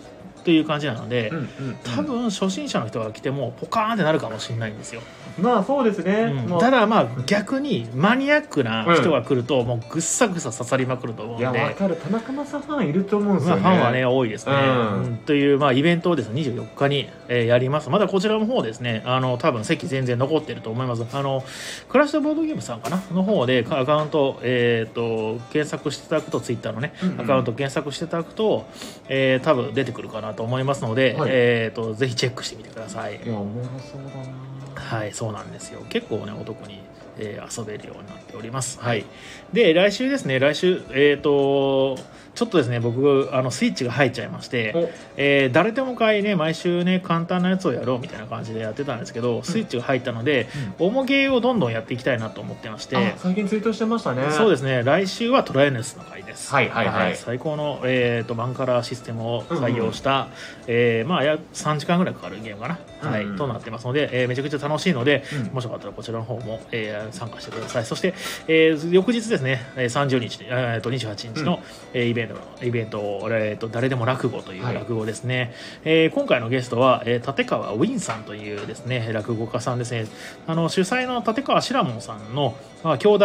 S1: という感じなので、
S2: うんうんうん
S1: 多分初心者の人が来てもポカーンってなるかもしれないんですよ、
S2: まあそうですね、
S1: うん
S2: もう
S1: ただまあ逆にマニアックな人が来るともうぐっさぐさ刺さりまくると思うん
S2: い
S1: で、
S2: やわかる田中将大ファンいると思うんです
S1: ま
S2: よ
S1: あ、
S2: ね、
S1: ファンはね多いですね、
S2: うん
S1: うんという、まあ、イベントをですね24日に、えーやりますまだこちらの方ですねあの多分席全然残ってると思いますあのクラッシュボードゲームさんかなの方でかアカウント,、えー、と検索していただくとツイッターのね
S2: うんうん
S1: アカウント検索していただくと、えー多分出てくるかなと思いますので、
S2: はい
S1: えー、とぜひチェックしてみてください
S2: いや面白そうだな
S1: はい、そうなんですよ。結構ね、お得に、えー遊べるようになっております。はい。で、来週ですね、来週、えっ、と、ちょっとですね、僕、あの、スイッチが入っちゃいまして、
S2: お
S1: えー誰でも買いね、毎週ね、簡単なやつをやろうみたいな感じでやってたんですけど、スイッチが入ったので、重ゲーをどんどんやっていきたいなと思ってまして、
S2: あ最近ツイートしてましたね
S1: そうですね来週はトライアネスの回です
S2: はいはいはい
S1: 最高の、えー、とバンカラーシステムを採用した、えーまあや3時間ぐらいかかるゲームかな、はい
S2: うんうん
S1: となってますので、えーめちゃくちゃ楽しいので、
S2: うん
S1: もしよかったらこちらの方も、えー参加してくださいそして、えー翌日ですねえー30日、えー、と28日の、
S2: うん
S1: えーイベントイベントを、えー、と誰でも落語という
S2: はい
S1: 落語ですね、えー今回のゲストは、えー立川ウィンさんというですね落語家さんですねあの主催の立川志らもんさんの、まあ、兄弟、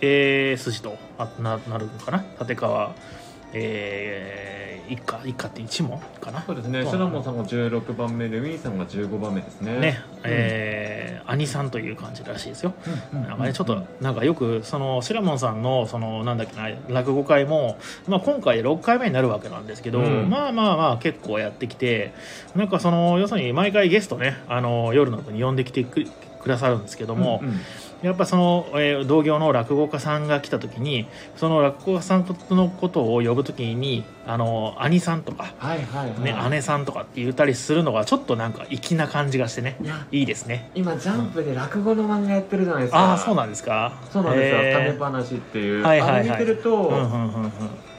S1: えー筋とあななるのかな立川、えー一家一家って一門かな
S2: そうですね、
S1: そう
S2: シナモンさんが16番目で、ウィンさんが15番目ですね。
S1: ね、えー兄さんという感じらしいですよ
S2: うん、
S1: なんかね、ちょっとなんかよくそのシラモンさんのそのなんだっけな落語会も、まあ、今回で6回目になるわけなんですけど、
S2: うん
S1: まあまあまあ結構やってきてなんかその要するに毎回ゲストねあの夜の部に呼んできてくくださるんですけども、
S2: うんうん
S1: やっぱその、えー同業の落語家さんが来た時にその落語家さんのことを呼ぶ時にあの兄さんとか、
S2: はいはいはい。
S1: ね姉さんとかって言ったりするのがちょっとなんか粋な感じがしてね
S2: いや、
S1: いいですね。
S2: 今、ジャンプで落語の漫画やってるじゃないですか。
S1: ああそうなんですか
S2: そうなんですよ、
S1: へー
S2: 種話っていう、
S1: はいはいはい
S2: あれ見てると、
S1: うんうんうんうん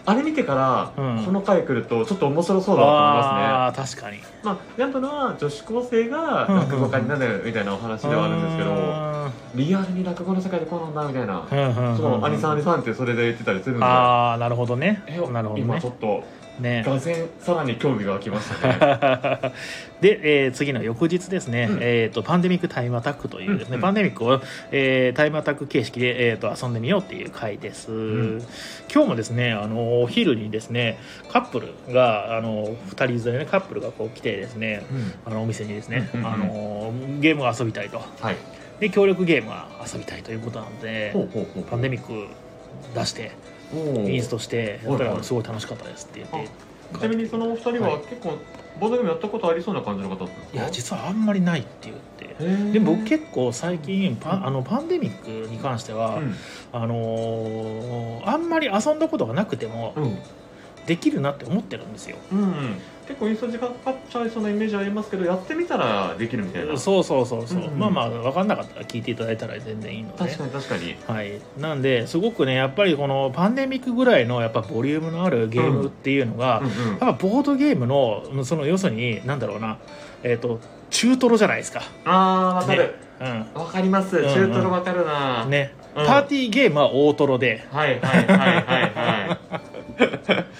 S2: あれ見てから、
S1: うん
S2: この回来るとちょっと面白そうだなと思いま
S1: あー確かに
S2: すねまあジャンプのは女子高生が
S1: うん
S2: 落語家になるみたいなお話ではあるんですけど、
S1: う
S2: リアルに落語の世界でこうなんだみたいな、
S1: んうんうん
S2: そう兄さん兄さんってそれで言ってたりするんで
S1: ああなるほどね
S2: え
S1: なるほど
S2: 今
S1: ね
S2: ちょっと
S1: ね
S2: がぜさらに興味が湧きましたね
S1: で、えー次の翌日ですね、
S2: うん
S1: えー、とパンデミックタイムアタックというですね、
S2: うんうん
S1: パンデミックを、えータイムアタック形式で、えー、と遊んでみようっていう回です、
S2: ん
S1: 今日もですねあのお昼にですねカップルがあの2人連れの、ね、カップルがこう来てですね
S2: うん
S1: あのお店にですね、
S2: うんうんうん
S1: あのゲームを遊びたいと
S2: はい
S1: で協力ゲームが遊びたいということなので
S2: ほうほうほう
S1: パンデミック出して
S2: おー
S1: インストして
S2: お
S1: やっ
S2: う
S1: た
S2: おう
S1: らすごい楽しかったですって言って
S2: ちなみにそのお二人
S1: は
S2: はい結構ボードゲームやったことありそうな感じの方だったんですか
S1: いや実はあんまりないって言って
S2: は
S1: で僕結構最近パンあのパンデミックに関しては、あのーあんまり遊んだことがなくても
S2: うんうん
S1: できるなって思ってるんですよ。
S2: うんうん結構インスト時間かかっちゃいそうなイメージありますけどやってみたらできるみたいな
S1: そうそうそうそう、
S2: うんうん
S1: まあまあ分かんなかったら聞いていただいたら全然いいので
S2: 確かに確かに
S1: はい、なんですごくねやっぱりこのパンデミックぐらいのやっぱボリュームのあるゲームっていうのが、
S2: うんう
S1: や
S2: ん
S1: っぱボードゲームのその要するに何だろうな、えー、と中トロじゃないですか。
S2: あー、わかる。
S1: うん。
S2: わ、かります。
S1: うんうん
S2: 中トロわかるな、
S1: ね。パ
S2: うん
S1: ーティーゲームは大トロで、
S2: はいはいはいはい はい。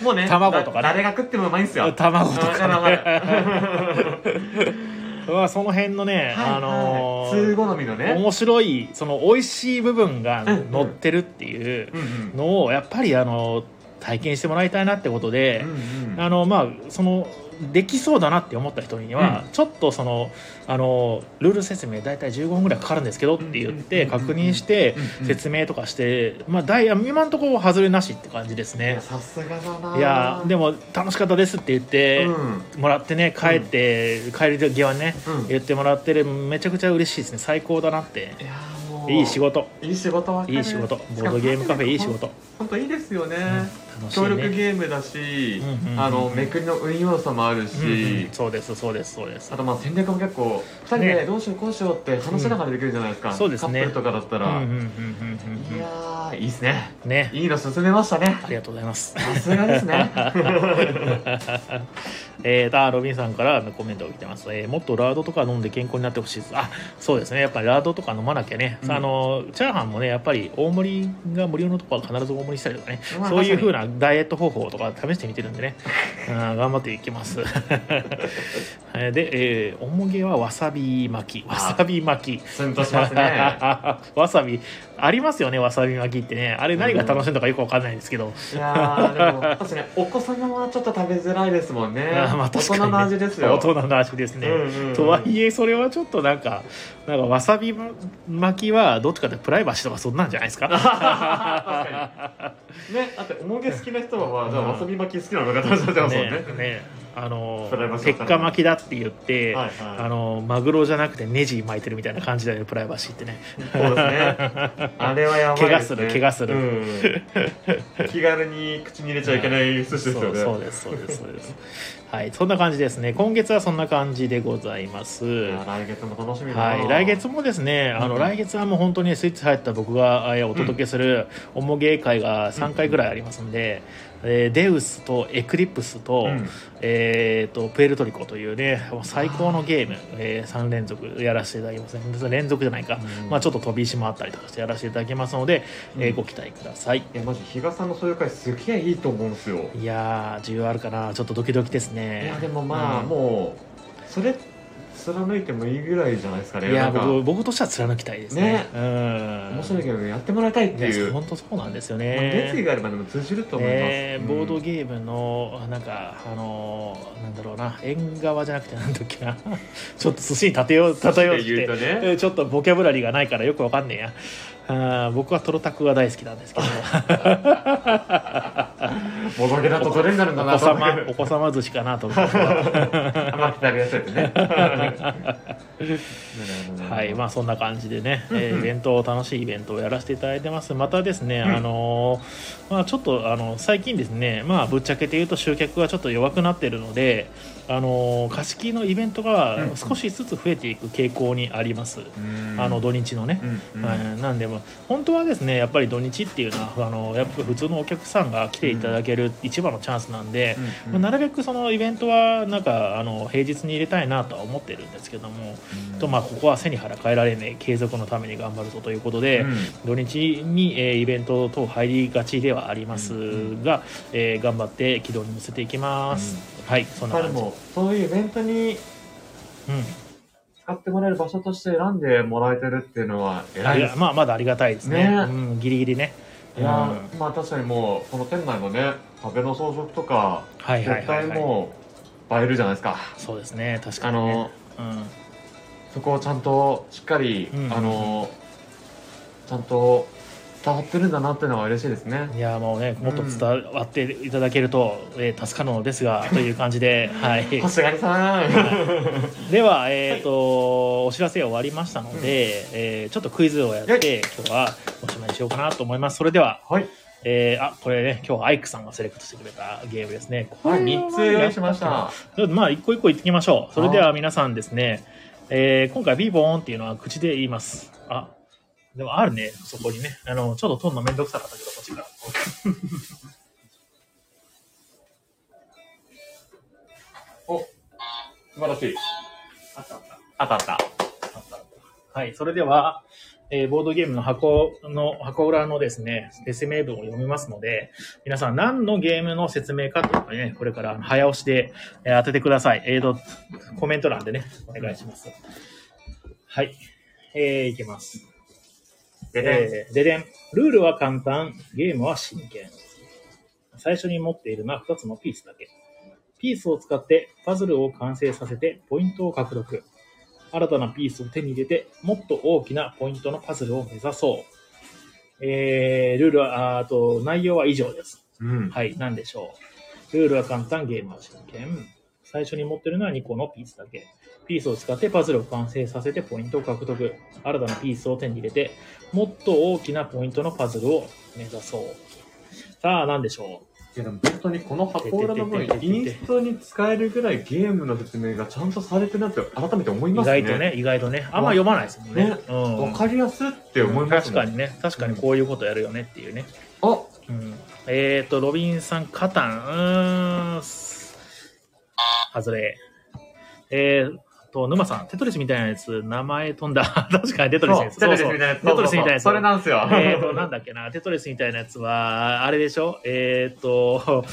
S2: もうね、
S1: 卵とかね
S2: だ誰が食ってもうまいんすよ。
S1: 卵と
S2: わかるわ
S1: か
S2: か
S1: ね
S2: る。
S1: はその辺のね、
S2: はい
S1: あの
S2: はい通
S1: ー
S2: 好みのね。
S1: 面白いその美味しい部分が
S2: うんうん
S1: 乗ってるっていう
S2: うんうん。
S1: のをやっぱりあの体験してもらいたいなってことで
S2: う、んうん
S1: あのまあそのできそうだなって思った人には、ちょっとそのあのルール説明大体15分ぐらいかかるんですけどって言って
S2: うんうんうんうん
S1: 確認して
S2: うんうん
S1: 説明とかして、まあ、大今のところ外れなしって感じです
S2: いや
S1: ね。
S2: さすがだない
S1: いやで
S2: も、
S1: も楽しかったですって言って
S2: うん
S1: もらってね帰って、帰り際ね
S2: うん、いや
S1: 言ってもらってるめちゃくちゃ嬉しいですね最高だなって
S2: ーもう
S1: いい仕事
S2: いい仕事わかる
S1: いい仕事ボードゲームカフェいい仕事、
S2: 本当いいですよね、
S1: うん楽しい
S2: 協力
S1: ね
S2: ゲームだし、
S1: うんうんうん
S2: あのめくりの運用さもあるし、
S1: うんうんそうですそうですそうです
S2: あとまあ戦略も結構2人
S1: ね
S2: でどうしようこうしようって話しながらできるじゃないですか、
S1: そうですね
S2: カップルとかだった
S1: うん
S2: ら、
S1: うんうんうんうん
S2: いやーいいですね
S1: うんね
S2: いいの進めましたね
S1: ありがとうございます
S2: さすがですね
S1: えー、とあロビンさんからコメントが来てます、えーもっとラードとか飲んで健康になってほしいですあそうですねやっぱりラードとか飲まなきゃね、
S2: うん
S1: あのチャーハンもねやっぱり大盛りが無料のとこは必ず大盛りしたりとかね、
S2: まあ
S1: そういう風なダイエット方法とか試してみてるんで ね、うん、頑張っていきます えーで、えー、おもげはわさび巻きわさび巻き
S2: ツンとしますね
S1: わさびありますよねわさび巻きってねあれ何が楽しいのかよくわかんないんですけど、
S2: いやーでも確かにお子様はちょっと食べづらいですもんね
S1: あーまあ
S2: 大
S1: 確かにね
S2: 人の味ですよ
S1: 大人の味ですね、
S2: うんうん
S1: とはいえそれはちょっとなんかなんかわさび巻きはどっちかってプライバシーとかそんなんじゃないですか
S2: ね、だって、おもげ好きな人は、まあ、じゃあ、
S1: うん
S2: わさび巻き好きなのかって話になっちゃいますもんね。
S1: ねねあの
S2: プライバシー
S1: 鉄火巻きだって言って、
S2: はいはい
S1: あのマグロじゃなくてネジ巻いてるみたいな感じだよねプライバシーってね
S2: そうですね。あれはやばいです、ね。
S1: 怪我する怪
S2: うん気軽に口に入れちゃいけない寿司ですよね。
S1: そうそうですそうですそうですはいそんな感じですね今月はそんな感じでございます
S2: いや来月も楽しみだな。
S1: はい、来月もですね、あの
S2: うん
S1: 来月はもう本当にスイッチ入った僕がえーお届けするおもげ会が3回ぐらいありますんで、えーデウスとエクリプスと,、
S2: うん
S1: えーとプエルトリコというねもう最高のゲーム、え3連続やらせていただきますね別に連続じゃないか、
S2: うん
S1: まあ、ちょっと飛び石もあったりとかしてやらせていただきますので、えー
S2: うん
S1: ご期待ください。
S2: え、マジ、比嘉さんのそういう回、すげえいいと思うんですよ。
S1: いやー、需要あるかな、ちょっとドキドキです
S2: い
S1: ね
S2: や、。でも、まあ、
S1: うん
S2: もう、それ、貫いてもいいぐらいじゃないですかね。
S1: いや
S2: なんか
S1: 僕僕としては貫きたいですね。
S2: ね
S1: うん
S2: 面白いけど、やってもらいたいって
S1: い
S2: い
S1: や
S2: う。
S1: 本当そうなんですよ
S2: まあ
S1: ね。
S2: 熱意があれば、でも、通じると思います。
S1: えー
S2: うん
S1: ボードゲームのあなんかあのーなんだろうな縁側じゃなくてなんだっけな ちょっと寿司に立てよう立てようとして
S2: 言うとね
S1: えーちょっとボキャブラリーがないからよくわかんねえやあー僕はトロタクが大好きなんです けど
S2: ボドゲだとどれになるんだ
S1: お
S2: な
S1: 子
S2: と思
S1: 様
S2: っ
S1: お
S2: て
S1: 子様寿司かなと僕は
S2: 甘く食べやすいですね
S1: はいまあそんな感じでね、
S2: うんうん
S1: えーイベントを楽しいイベントをやらせていただいてますまたですね、
S2: ん
S1: あのーまあちょっとあの最近ですねまあぶっちゃけて言うと集客がちょっと弱くなってるのであのー貸し切りのイベント
S2: うん
S1: が
S2: うん
S1: 少しずつ増えていく傾向にあります、
S2: うん
S1: あの土日のね、
S2: うんうん
S1: はい、なんでも本当はですねやっぱり土日っていうのはあのやっぱ普通のお客さんが来ていただける一番のチャンスなんで、
S2: うん
S1: まあなるべくそのイベントはなんかあの平日に入れたいなとは思ってるんですけども、
S2: うん
S1: とまあここは背に腹変えられねえ継続のために頑張るぞということで、
S2: うん
S1: 土日に、えーイベント等入りがちではありますが、
S2: うん
S1: えー頑張って軌道に乗せていきます、はいそんな
S2: まあで
S1: 感じ、うん、
S2: もそういうイベントに使ってもらえる場所として選んでもらえてるっていうのは偉い
S1: い
S2: で
S1: や
S2: す
S1: まあまだありがたいですね
S2: ね
S1: うん、ギリギリね
S2: い
S1: うん
S2: やまあ確かにもうこの店内のね壁の装飾とか
S1: はいはい
S2: 絶
S1: はい、
S2: 対
S1: はい、
S2: もう映えるじゃないですか
S1: そうですね確か
S2: あ
S1: に、ね、
S2: の
S1: うん
S2: そこをちゃんとしっかり、
S1: うん
S2: あのちゃんと伝わってるんだなっていうのは嬉しいですね。
S1: いやもうねもっと伝わっていただけると、えー助かるのですがという感じ で、はい、
S2: 橋狩さん、
S1: では、えーとお知らせ終わりましたので、えーちょっとクイズをやって今日はおしまいにしようかなと思いますそれでは、
S2: はい、
S1: えーあこれね今日はアイクさんがセレクトしてくれたゲームですねこれは
S2: 3つ用意しました。
S1: ちょっとまあ一個一個言ってきましょうそれでは皆さんですね、えー今回ビーボーンっていうのは口で言いますあでもあるねそこにねあのちょっと取るのめんどくさかったけどこっちから
S2: お、素晴らしい。
S1: あったあった
S2: 当たった。
S1: はい、それでは、えーボードゲームの箱の、箱裏のですね、説明文を読みますので、皆さん何のゲームの説明かというのをね、これからあの早押しで、えー当ててください。えーと、コメント欄でね、お願いします。はい、えー、いきます。
S2: でね、
S1: えーででん。ルールは簡単、ゲームは真剣。最初に持っているのは2つのピースだけ。ピースを使ってパズルを完成させてポイントを獲得。新たなピースを手に入れて、もっと大きなポイントのパズルを目指そう。えー、ルールは、あーあと、内容は以上です。
S2: うん。
S1: はい、なんでしょう。ルールは簡単、ゲームは真剣。最初に持ってるのは2個のピースだけ。ピースを使ってパズルを完成させてポイントを獲得。新たなピースを手に入れて、もっと大きなポイントのパズルを目指そう。さあ、なんでしょ。
S2: いやでも本当にこの箱裏の分、インストに使えるぐらいゲームの説明がちゃんとされてるなって改めて思いう
S1: 意
S2: ますね。
S1: 外と。ね、意外とね。あんま読まないですもんね。
S2: ね
S1: うん。
S2: わかりやすって思います
S1: 確か
S2: もん。
S1: にね。確かにこういうことやるよねっていうね。
S2: あ
S1: うん、えーと、ロビンさん、カタン、うーん、す外れ。えーと、沼さん、テトリスみたいなやつ、名前飛んだ。 確かにテトリスです。
S2: そうテトリス
S1: そう
S2: みたいなやつ。
S1: テトリスみたいなやつ
S2: そうそうそうそれなんですよ。
S1: えーと、なんだっけな、テトリスみたいなやつは、あれでしょえーと、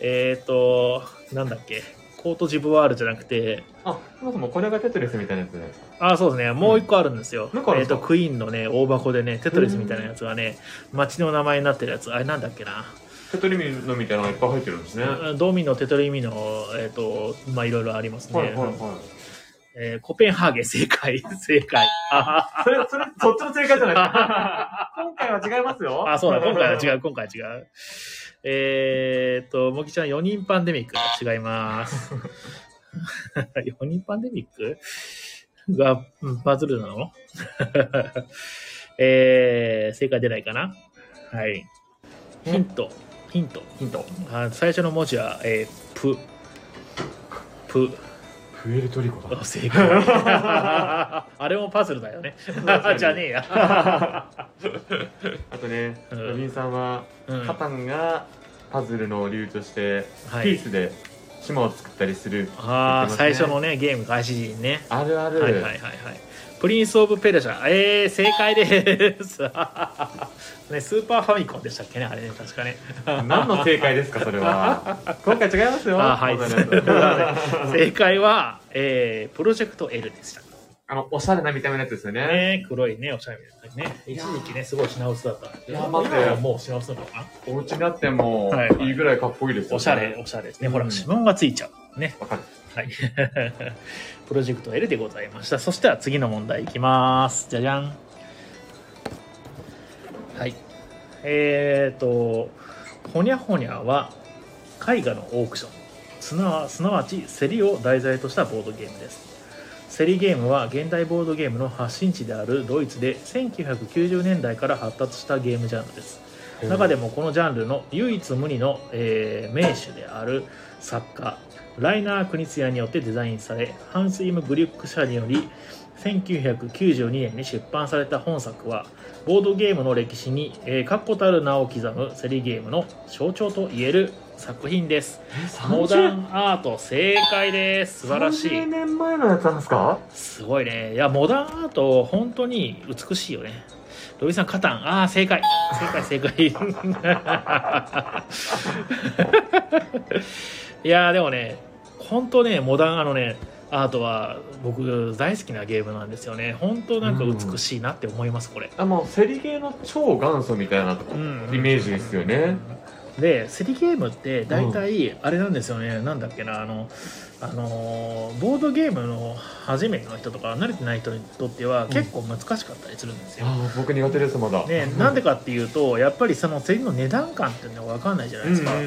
S1: えーと、なんだっけ、コートジブワールじゃなくて、
S2: あ、そもそもこれがテトリスみたいなやつじゃないですか。
S1: あ、そうですね、もう一個あるんですよ。
S2: もう一個ある
S1: え
S2: んで
S1: ー
S2: すか
S1: と、クイーンのね、大箱でね、テトリスみたいなやつがね、街の名前になってるやつ、あれなんだっけな。
S2: テトリミのみたいなのがいっぱい入ってるんですね。は
S1: ドミノ、テトリミノ、えっ、と、まあ、いろいろあります
S2: い
S1: ね。
S2: はいは
S1: えーコペンハーゲン、正解、 正解。あ
S2: い。それ、それ、そっちの正解じ ゃないですか。今回は違いますよ。
S1: あ、そうだ、今回は違う、今回は違う。えっと、もきちゃん、4人パンデミック。違います。4人パンデミックがうんパズルなの えー、正解出ないかなはい。ヒント、ヒント。
S2: ヒント。
S1: あ最初の文字は、えー、プ。プ。
S2: プエルトリコだ。
S1: 正解 あれもパズルだよねじゃねえや、
S2: あとね、
S1: うん
S2: ロビンさんは、
S1: うん
S2: カタンがパズルの理由として、
S1: は
S2: ピ
S1: い
S2: ースで島を作ったりする。
S1: ああ、
S2: 言ってますね
S1: 最初のねゲーム開始時にね
S2: あるある。
S1: はいはいはいはいプリンス・オブ・ペルシャえー、正解です ねスーパーファミコンでしたっけねあれね確か ね
S2: 何の正解ですか、それ は。今回違いますよ。
S1: あはい
S2: 今回のやつ
S1: 正解は、えー、プロジェクト L でした
S2: あの、おしゃれな見た目のやつですよね。
S1: ね黒いねおしゃれなね一時期ねすごい品薄だったんだけど
S2: いや待って
S1: 今はもう品薄なのかな
S2: お家にあっても
S1: はい、
S2: いいぐらいかっこいいですよね。
S1: おしゃれおしゃれですね、ほら
S2: うん
S1: 指紋がついちゃうね
S2: わかる。
S1: はい。 プロジェクト L でございました。そしたら次の問題いきます。じゃじゃん。はい。えーと、ほにゃほにゃは絵画のオークション。すなわすなわち、競りを題材としたボードゲームです。競りゲームは現代ボードゲームの発信地であるドイツで1990年代から発達したゲームジャンルです。中でもこのジャンルの唯一無二の、えー名手である作家ライナー・クニツヤによってデザインされハンス・イム・グリュック社により1992年に出版された本作はボードゲームの歴史に、えー、確固たる名を刻むセリゲームの象徴といえる作品ですモダ
S2: 30
S1: ンアート正解です素晴らし
S2: 30
S1: い
S2: 年前のやつなんですか
S1: すごいねいやモダンアート本当に美しいよねロビンさんカタンああ正解正解正 解いやーでもね本当ねモダンあのねアートは僕大好きなゲームなんですよね本当なんか美しいなって思いますこれ
S2: あもうセリゲーの超元祖みたいな
S1: うん
S2: イメージですよね。
S1: で競りゲームって大体あれなんですよね、なんだっけなあの、あのーボードゲームの初めての人とか慣れてない人にとっては
S2: ん
S1: 結構難しかったりするんですよ、
S2: ああ僕苦手ですまだ。
S1: ね、なんでかっていうとやっぱりその競りの値段感っていうのが分かんないじゃない
S2: うん
S1: で
S2: う
S1: すか、
S2: ん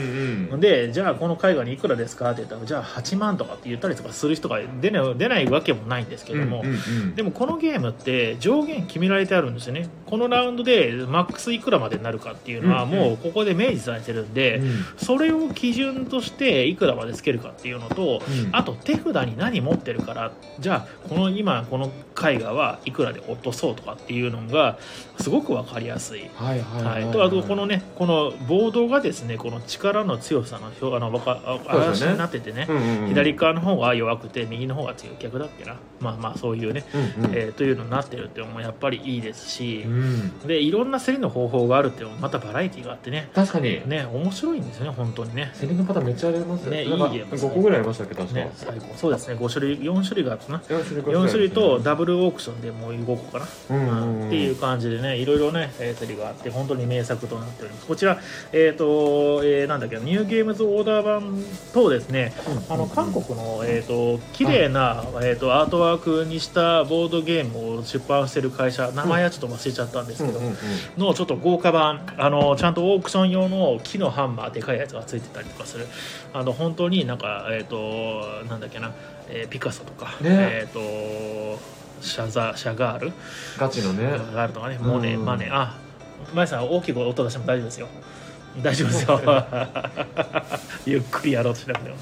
S2: うん。
S1: でじゃあこの絵画にいくらですかって言ったらじゃあ8万とかって言ったりとかする人が出ない出ないわけもないんですけども、
S2: うんうんうん
S1: でもこのゲームって上限決められてあるんですよねこのラウンドでマックスいくらまでになるかっていうのは
S2: うん
S1: もうここで明示されてるんで、
S2: うん
S1: それを基準としていくらまでつけるかっていうのと、
S2: うんうん
S1: あと手札に何持ってるからじゃあこの今この絵画はいくらで落とそうとかっていうのがすごく分かりやすい。
S2: はいはい
S1: は
S2: はいい、
S1: とあとこのねこのボードがですねこの力の強さの表あのわかあ
S2: そうで
S1: 表
S2: す
S1: し
S2: ね
S1: になっててね
S2: うんうんうん、
S1: 左側の方が弱くて右の方が強い逆だっけなまあまあそういうね、
S2: うんうん、
S1: えーというのになってるっていうのもやっぱりいいですし
S2: う、ん、
S1: でいろんな競りの方法があるっていうのもまたバラエティがあってね
S2: 確かに、
S1: ね面白いんですよね本当にね。
S2: セリングパターンめっちゃあります
S1: ね
S2: なんか
S1: いいゲームですね
S2: 5個ぐらいありましたっけ、確か。
S1: ね最高そうですね5種類4種類があったな
S2: 4種類
S1: 4種類と、ダブルオークションでもう動こうかな、
S2: うんう
S1: うん
S2: ん、
S1: っていう感じでねいろいろねえー競りがあって本当に名作となっておりますこちらえっ、と、えーなんだっけニューゲームズオーダー版とですねあの韓国の、えー、と綺麗な、えー、とアートワークにしたボードゲームを出版してる会社名前はちょっと忘れちゃったんですけど、
S2: うんうんうん
S1: のちょっと豪華版あのちゃんとオークション用の木のハンマーでかいやつがついてたりとかするあの本当になんかえっ、となんだっけな、えーピカソとか、え
S2: ね
S1: っ、とシャザシャガール
S2: ガチのね、
S1: シャガールとかねモネ
S2: うん
S1: マネあマイさん大きい声音出しても大丈夫 ですよ大丈夫ですよ ゆっくりやろうとしなくても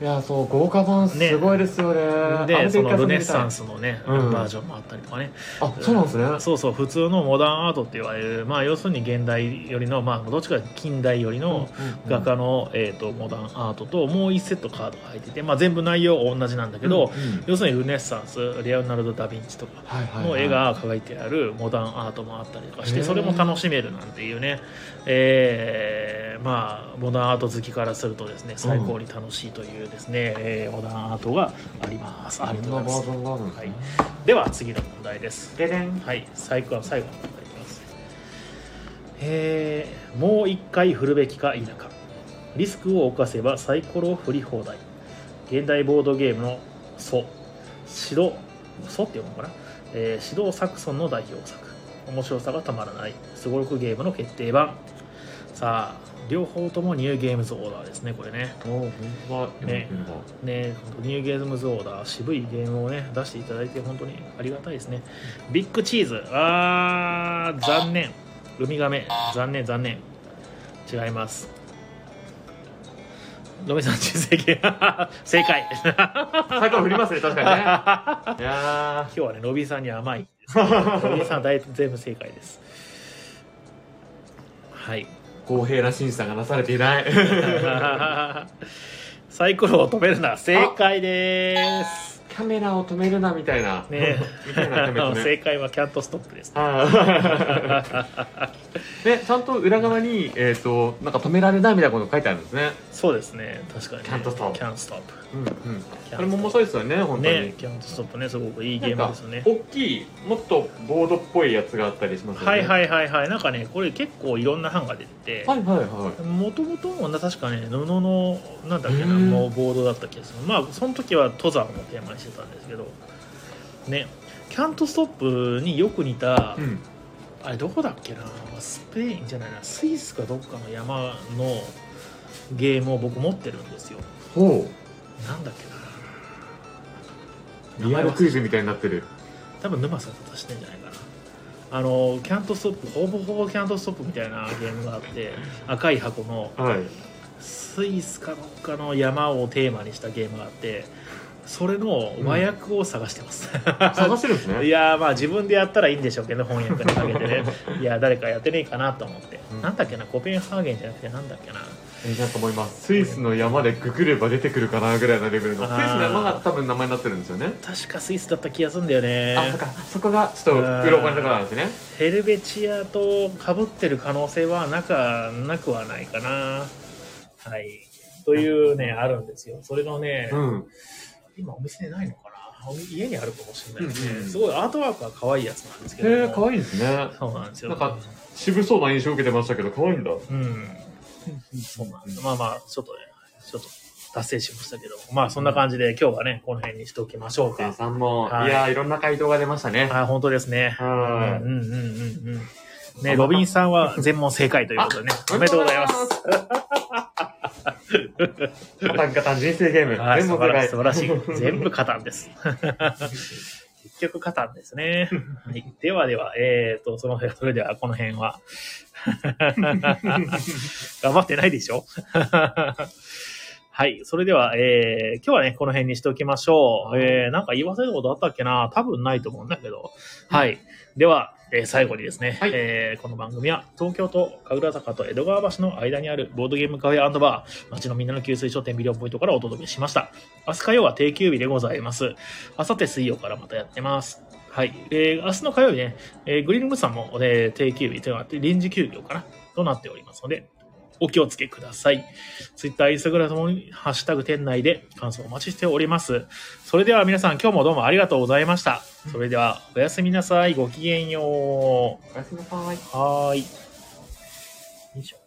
S2: いやそう豪華版すごいですよねあ
S1: で
S2: の
S1: そ
S2: 展
S1: の
S2: 開
S1: ルネッ
S2: さ
S1: サン
S2: せ
S1: スのね、
S2: うん
S1: バージョンもあったりとかね
S2: てみたいあそうなんですね
S1: そうそう普通のモダンアートって言われるまあ要するに現代よりのまあどっちか近代よりの画家の、えー、とモダンアートともう1セットカードが入ってて、まあ、全部内容同じなんだけど、
S2: うんうん
S1: 要するにルネッサンスレオナルド・ダ・ヴィンチとか
S2: はいはいはい
S1: の絵が描いてあるモダンアートもあったりとかして
S2: へー
S1: それも楽しめるなんていうね、えーまあ、モダンアート好きからするとですね最高に楽しいというですね、えーモダンアートがあります。ありがとうございま
S2: こんなバー
S1: す
S2: ジョンがあるんです
S1: は
S2: ね
S1: い、では次の問題です。
S2: ででん
S1: はい、最後の最後の問題いきます。えーもう一回振るべきか否か。リスクを犯せばサイコロを振り放題。現代ボードゲームのソ。指導、ソって読むのかな、えー、指導サクソンの代表作。面白さがたまらない。すごろくゲームの決定版。さあ、両方ともニューゲームズオーダーですね、これね。
S2: おー本当だ
S1: ね
S2: 読んで
S1: ね、本当ニューゲームズオーダー渋いゲームをね出していただいて本当にありがたいですねビッグチーズあー残念ウミガメ残念残念違いますロメさん人生ゲー 正解
S2: た最後振りますね確かにね い
S1: 今
S2: や
S1: 日はねロビーさんに甘いロビー
S2: ー
S1: さん大全部正解ですはい
S2: 公平な審査がなされていない
S1: サイコロを止めるな正解です
S2: カメラを止めるなみたいな
S1: ね
S2: みたいなキャメラ止め
S1: 正解はキャントストップです
S2: あー ねちゃんと裏側にえっとなんか止められないみたいなこと書いてあるんですね
S1: そうですね確かにね、
S2: キャントストップ
S1: キャンストップ
S2: うんうん
S1: キャンストップ
S2: これも面白いですよね本当
S1: ね
S2: に
S1: キャントストップねすごくいい
S2: な
S1: ゲ
S2: ん
S1: ーム
S2: か
S1: ですよね
S2: 大きいもっとボードっぽいやつがあったりしますよね
S1: はいはいはいはいなんかねこれ結構いろんな版が出て
S2: はいはいは
S1: てもともともな確かね布のなんだっけな
S2: うん
S1: もうボードだった気がするまあその時は登山をテーマにしてたんですけどねキャントストップによく似た、
S2: いうん
S1: あれどこだっけなスペインじゃないなスイスかどっかの山のゲームを僕持ってるんですよ
S2: ほ
S1: なんだっけな
S2: うリアルクイズみたいになってる
S1: 多分沼さんとしてんじゃないかなあのキャントストップほぼほぼキャントストップみたいなゲームがあって赤い箱の
S2: はい
S1: スイスかどっかの山をテーマにしたゲームがあってそれの和訳を探してます、
S2: 探してるんです ね
S1: いやーまあ自分でやったらいいんでしょうけどね翻訳にかけて ねいや誰かやってねえかなと思って、
S2: うん
S1: なんだっけなコペンハーゲンじゃなくてなんだっけな
S2: えーなんかもう今スイスの山でググれば出てくるかなぐらいのレベルのスイ
S1: あ
S2: ス
S1: ー
S2: の山が多分名前になってるんですよね
S1: 確かスイスだった気がするんだよね
S2: あそっかそこがちょっとグローバルなところなんですね
S1: ヘルベチアと被ってる可能性はなかなくはないかな。はい。というね、あるんですよ。それのね、
S2: うん
S1: 今お店にないのかな家にあるかもしれないですね。
S2: うんうん
S1: すごいアートワークは可愛いやつなんですけ
S2: へ
S1: ども。
S2: えー、可愛いですね
S1: そうなんですよ。
S2: なんか渋そうな印象を受けてましたけど可愛いんだ
S1: うん。そうなんです。まあまあ、ちょっとね、ちょっと達成しましたけど、まあそんな感じで今日はね、この辺にしておきましょう
S2: 皆
S1: か。
S2: さんも、
S1: はい
S2: い、やーいろんな回答が出ましたね
S1: あ、本当ですね。
S2: はい
S1: うんうんうんうんうん。ね、ロビンさんは全問正解ということでね、おめでとうございます。
S2: カタンカタン人生ゲーム
S1: はい、
S2: 全
S1: 素
S2: 部
S1: 晴
S2: 正
S1: ら
S2: 解
S1: 素晴らしい。 全部カタンです。結局カタンですね。はい、ではでは、えっ、ー、と、その、それではこの辺は。 頑張ってないでしょははい。それでは、えー、今日はね、この辺にしておきましょう。
S2: はい
S1: えー、なんか言わせることあったっけな多分ないと思うんだけど。はい。では、えー最後にですね、
S2: はい
S1: えーこの番組は東京と神楽坂と江戸川橋の間にあるボードゲームカフェバー、町のみんなの給水商店ビデオポイントからお届けしました。明日火曜は定休日でございます。明後日水曜からまたやってます。はい。えー、明日の火曜日ね、えーグリーンムーンさんも、えー定休日となって、臨時休業かなとなっておりますので、お気をつけください。ツイッター、インスタグラムもに、ハッシュタグ店内で感想お待ちしております。それでは皆さん、今日もどうもありがとうございました。それでは、おやすみなさい。ごきげんよう。
S2: おやすみなさい。
S1: はーい。よいしょ。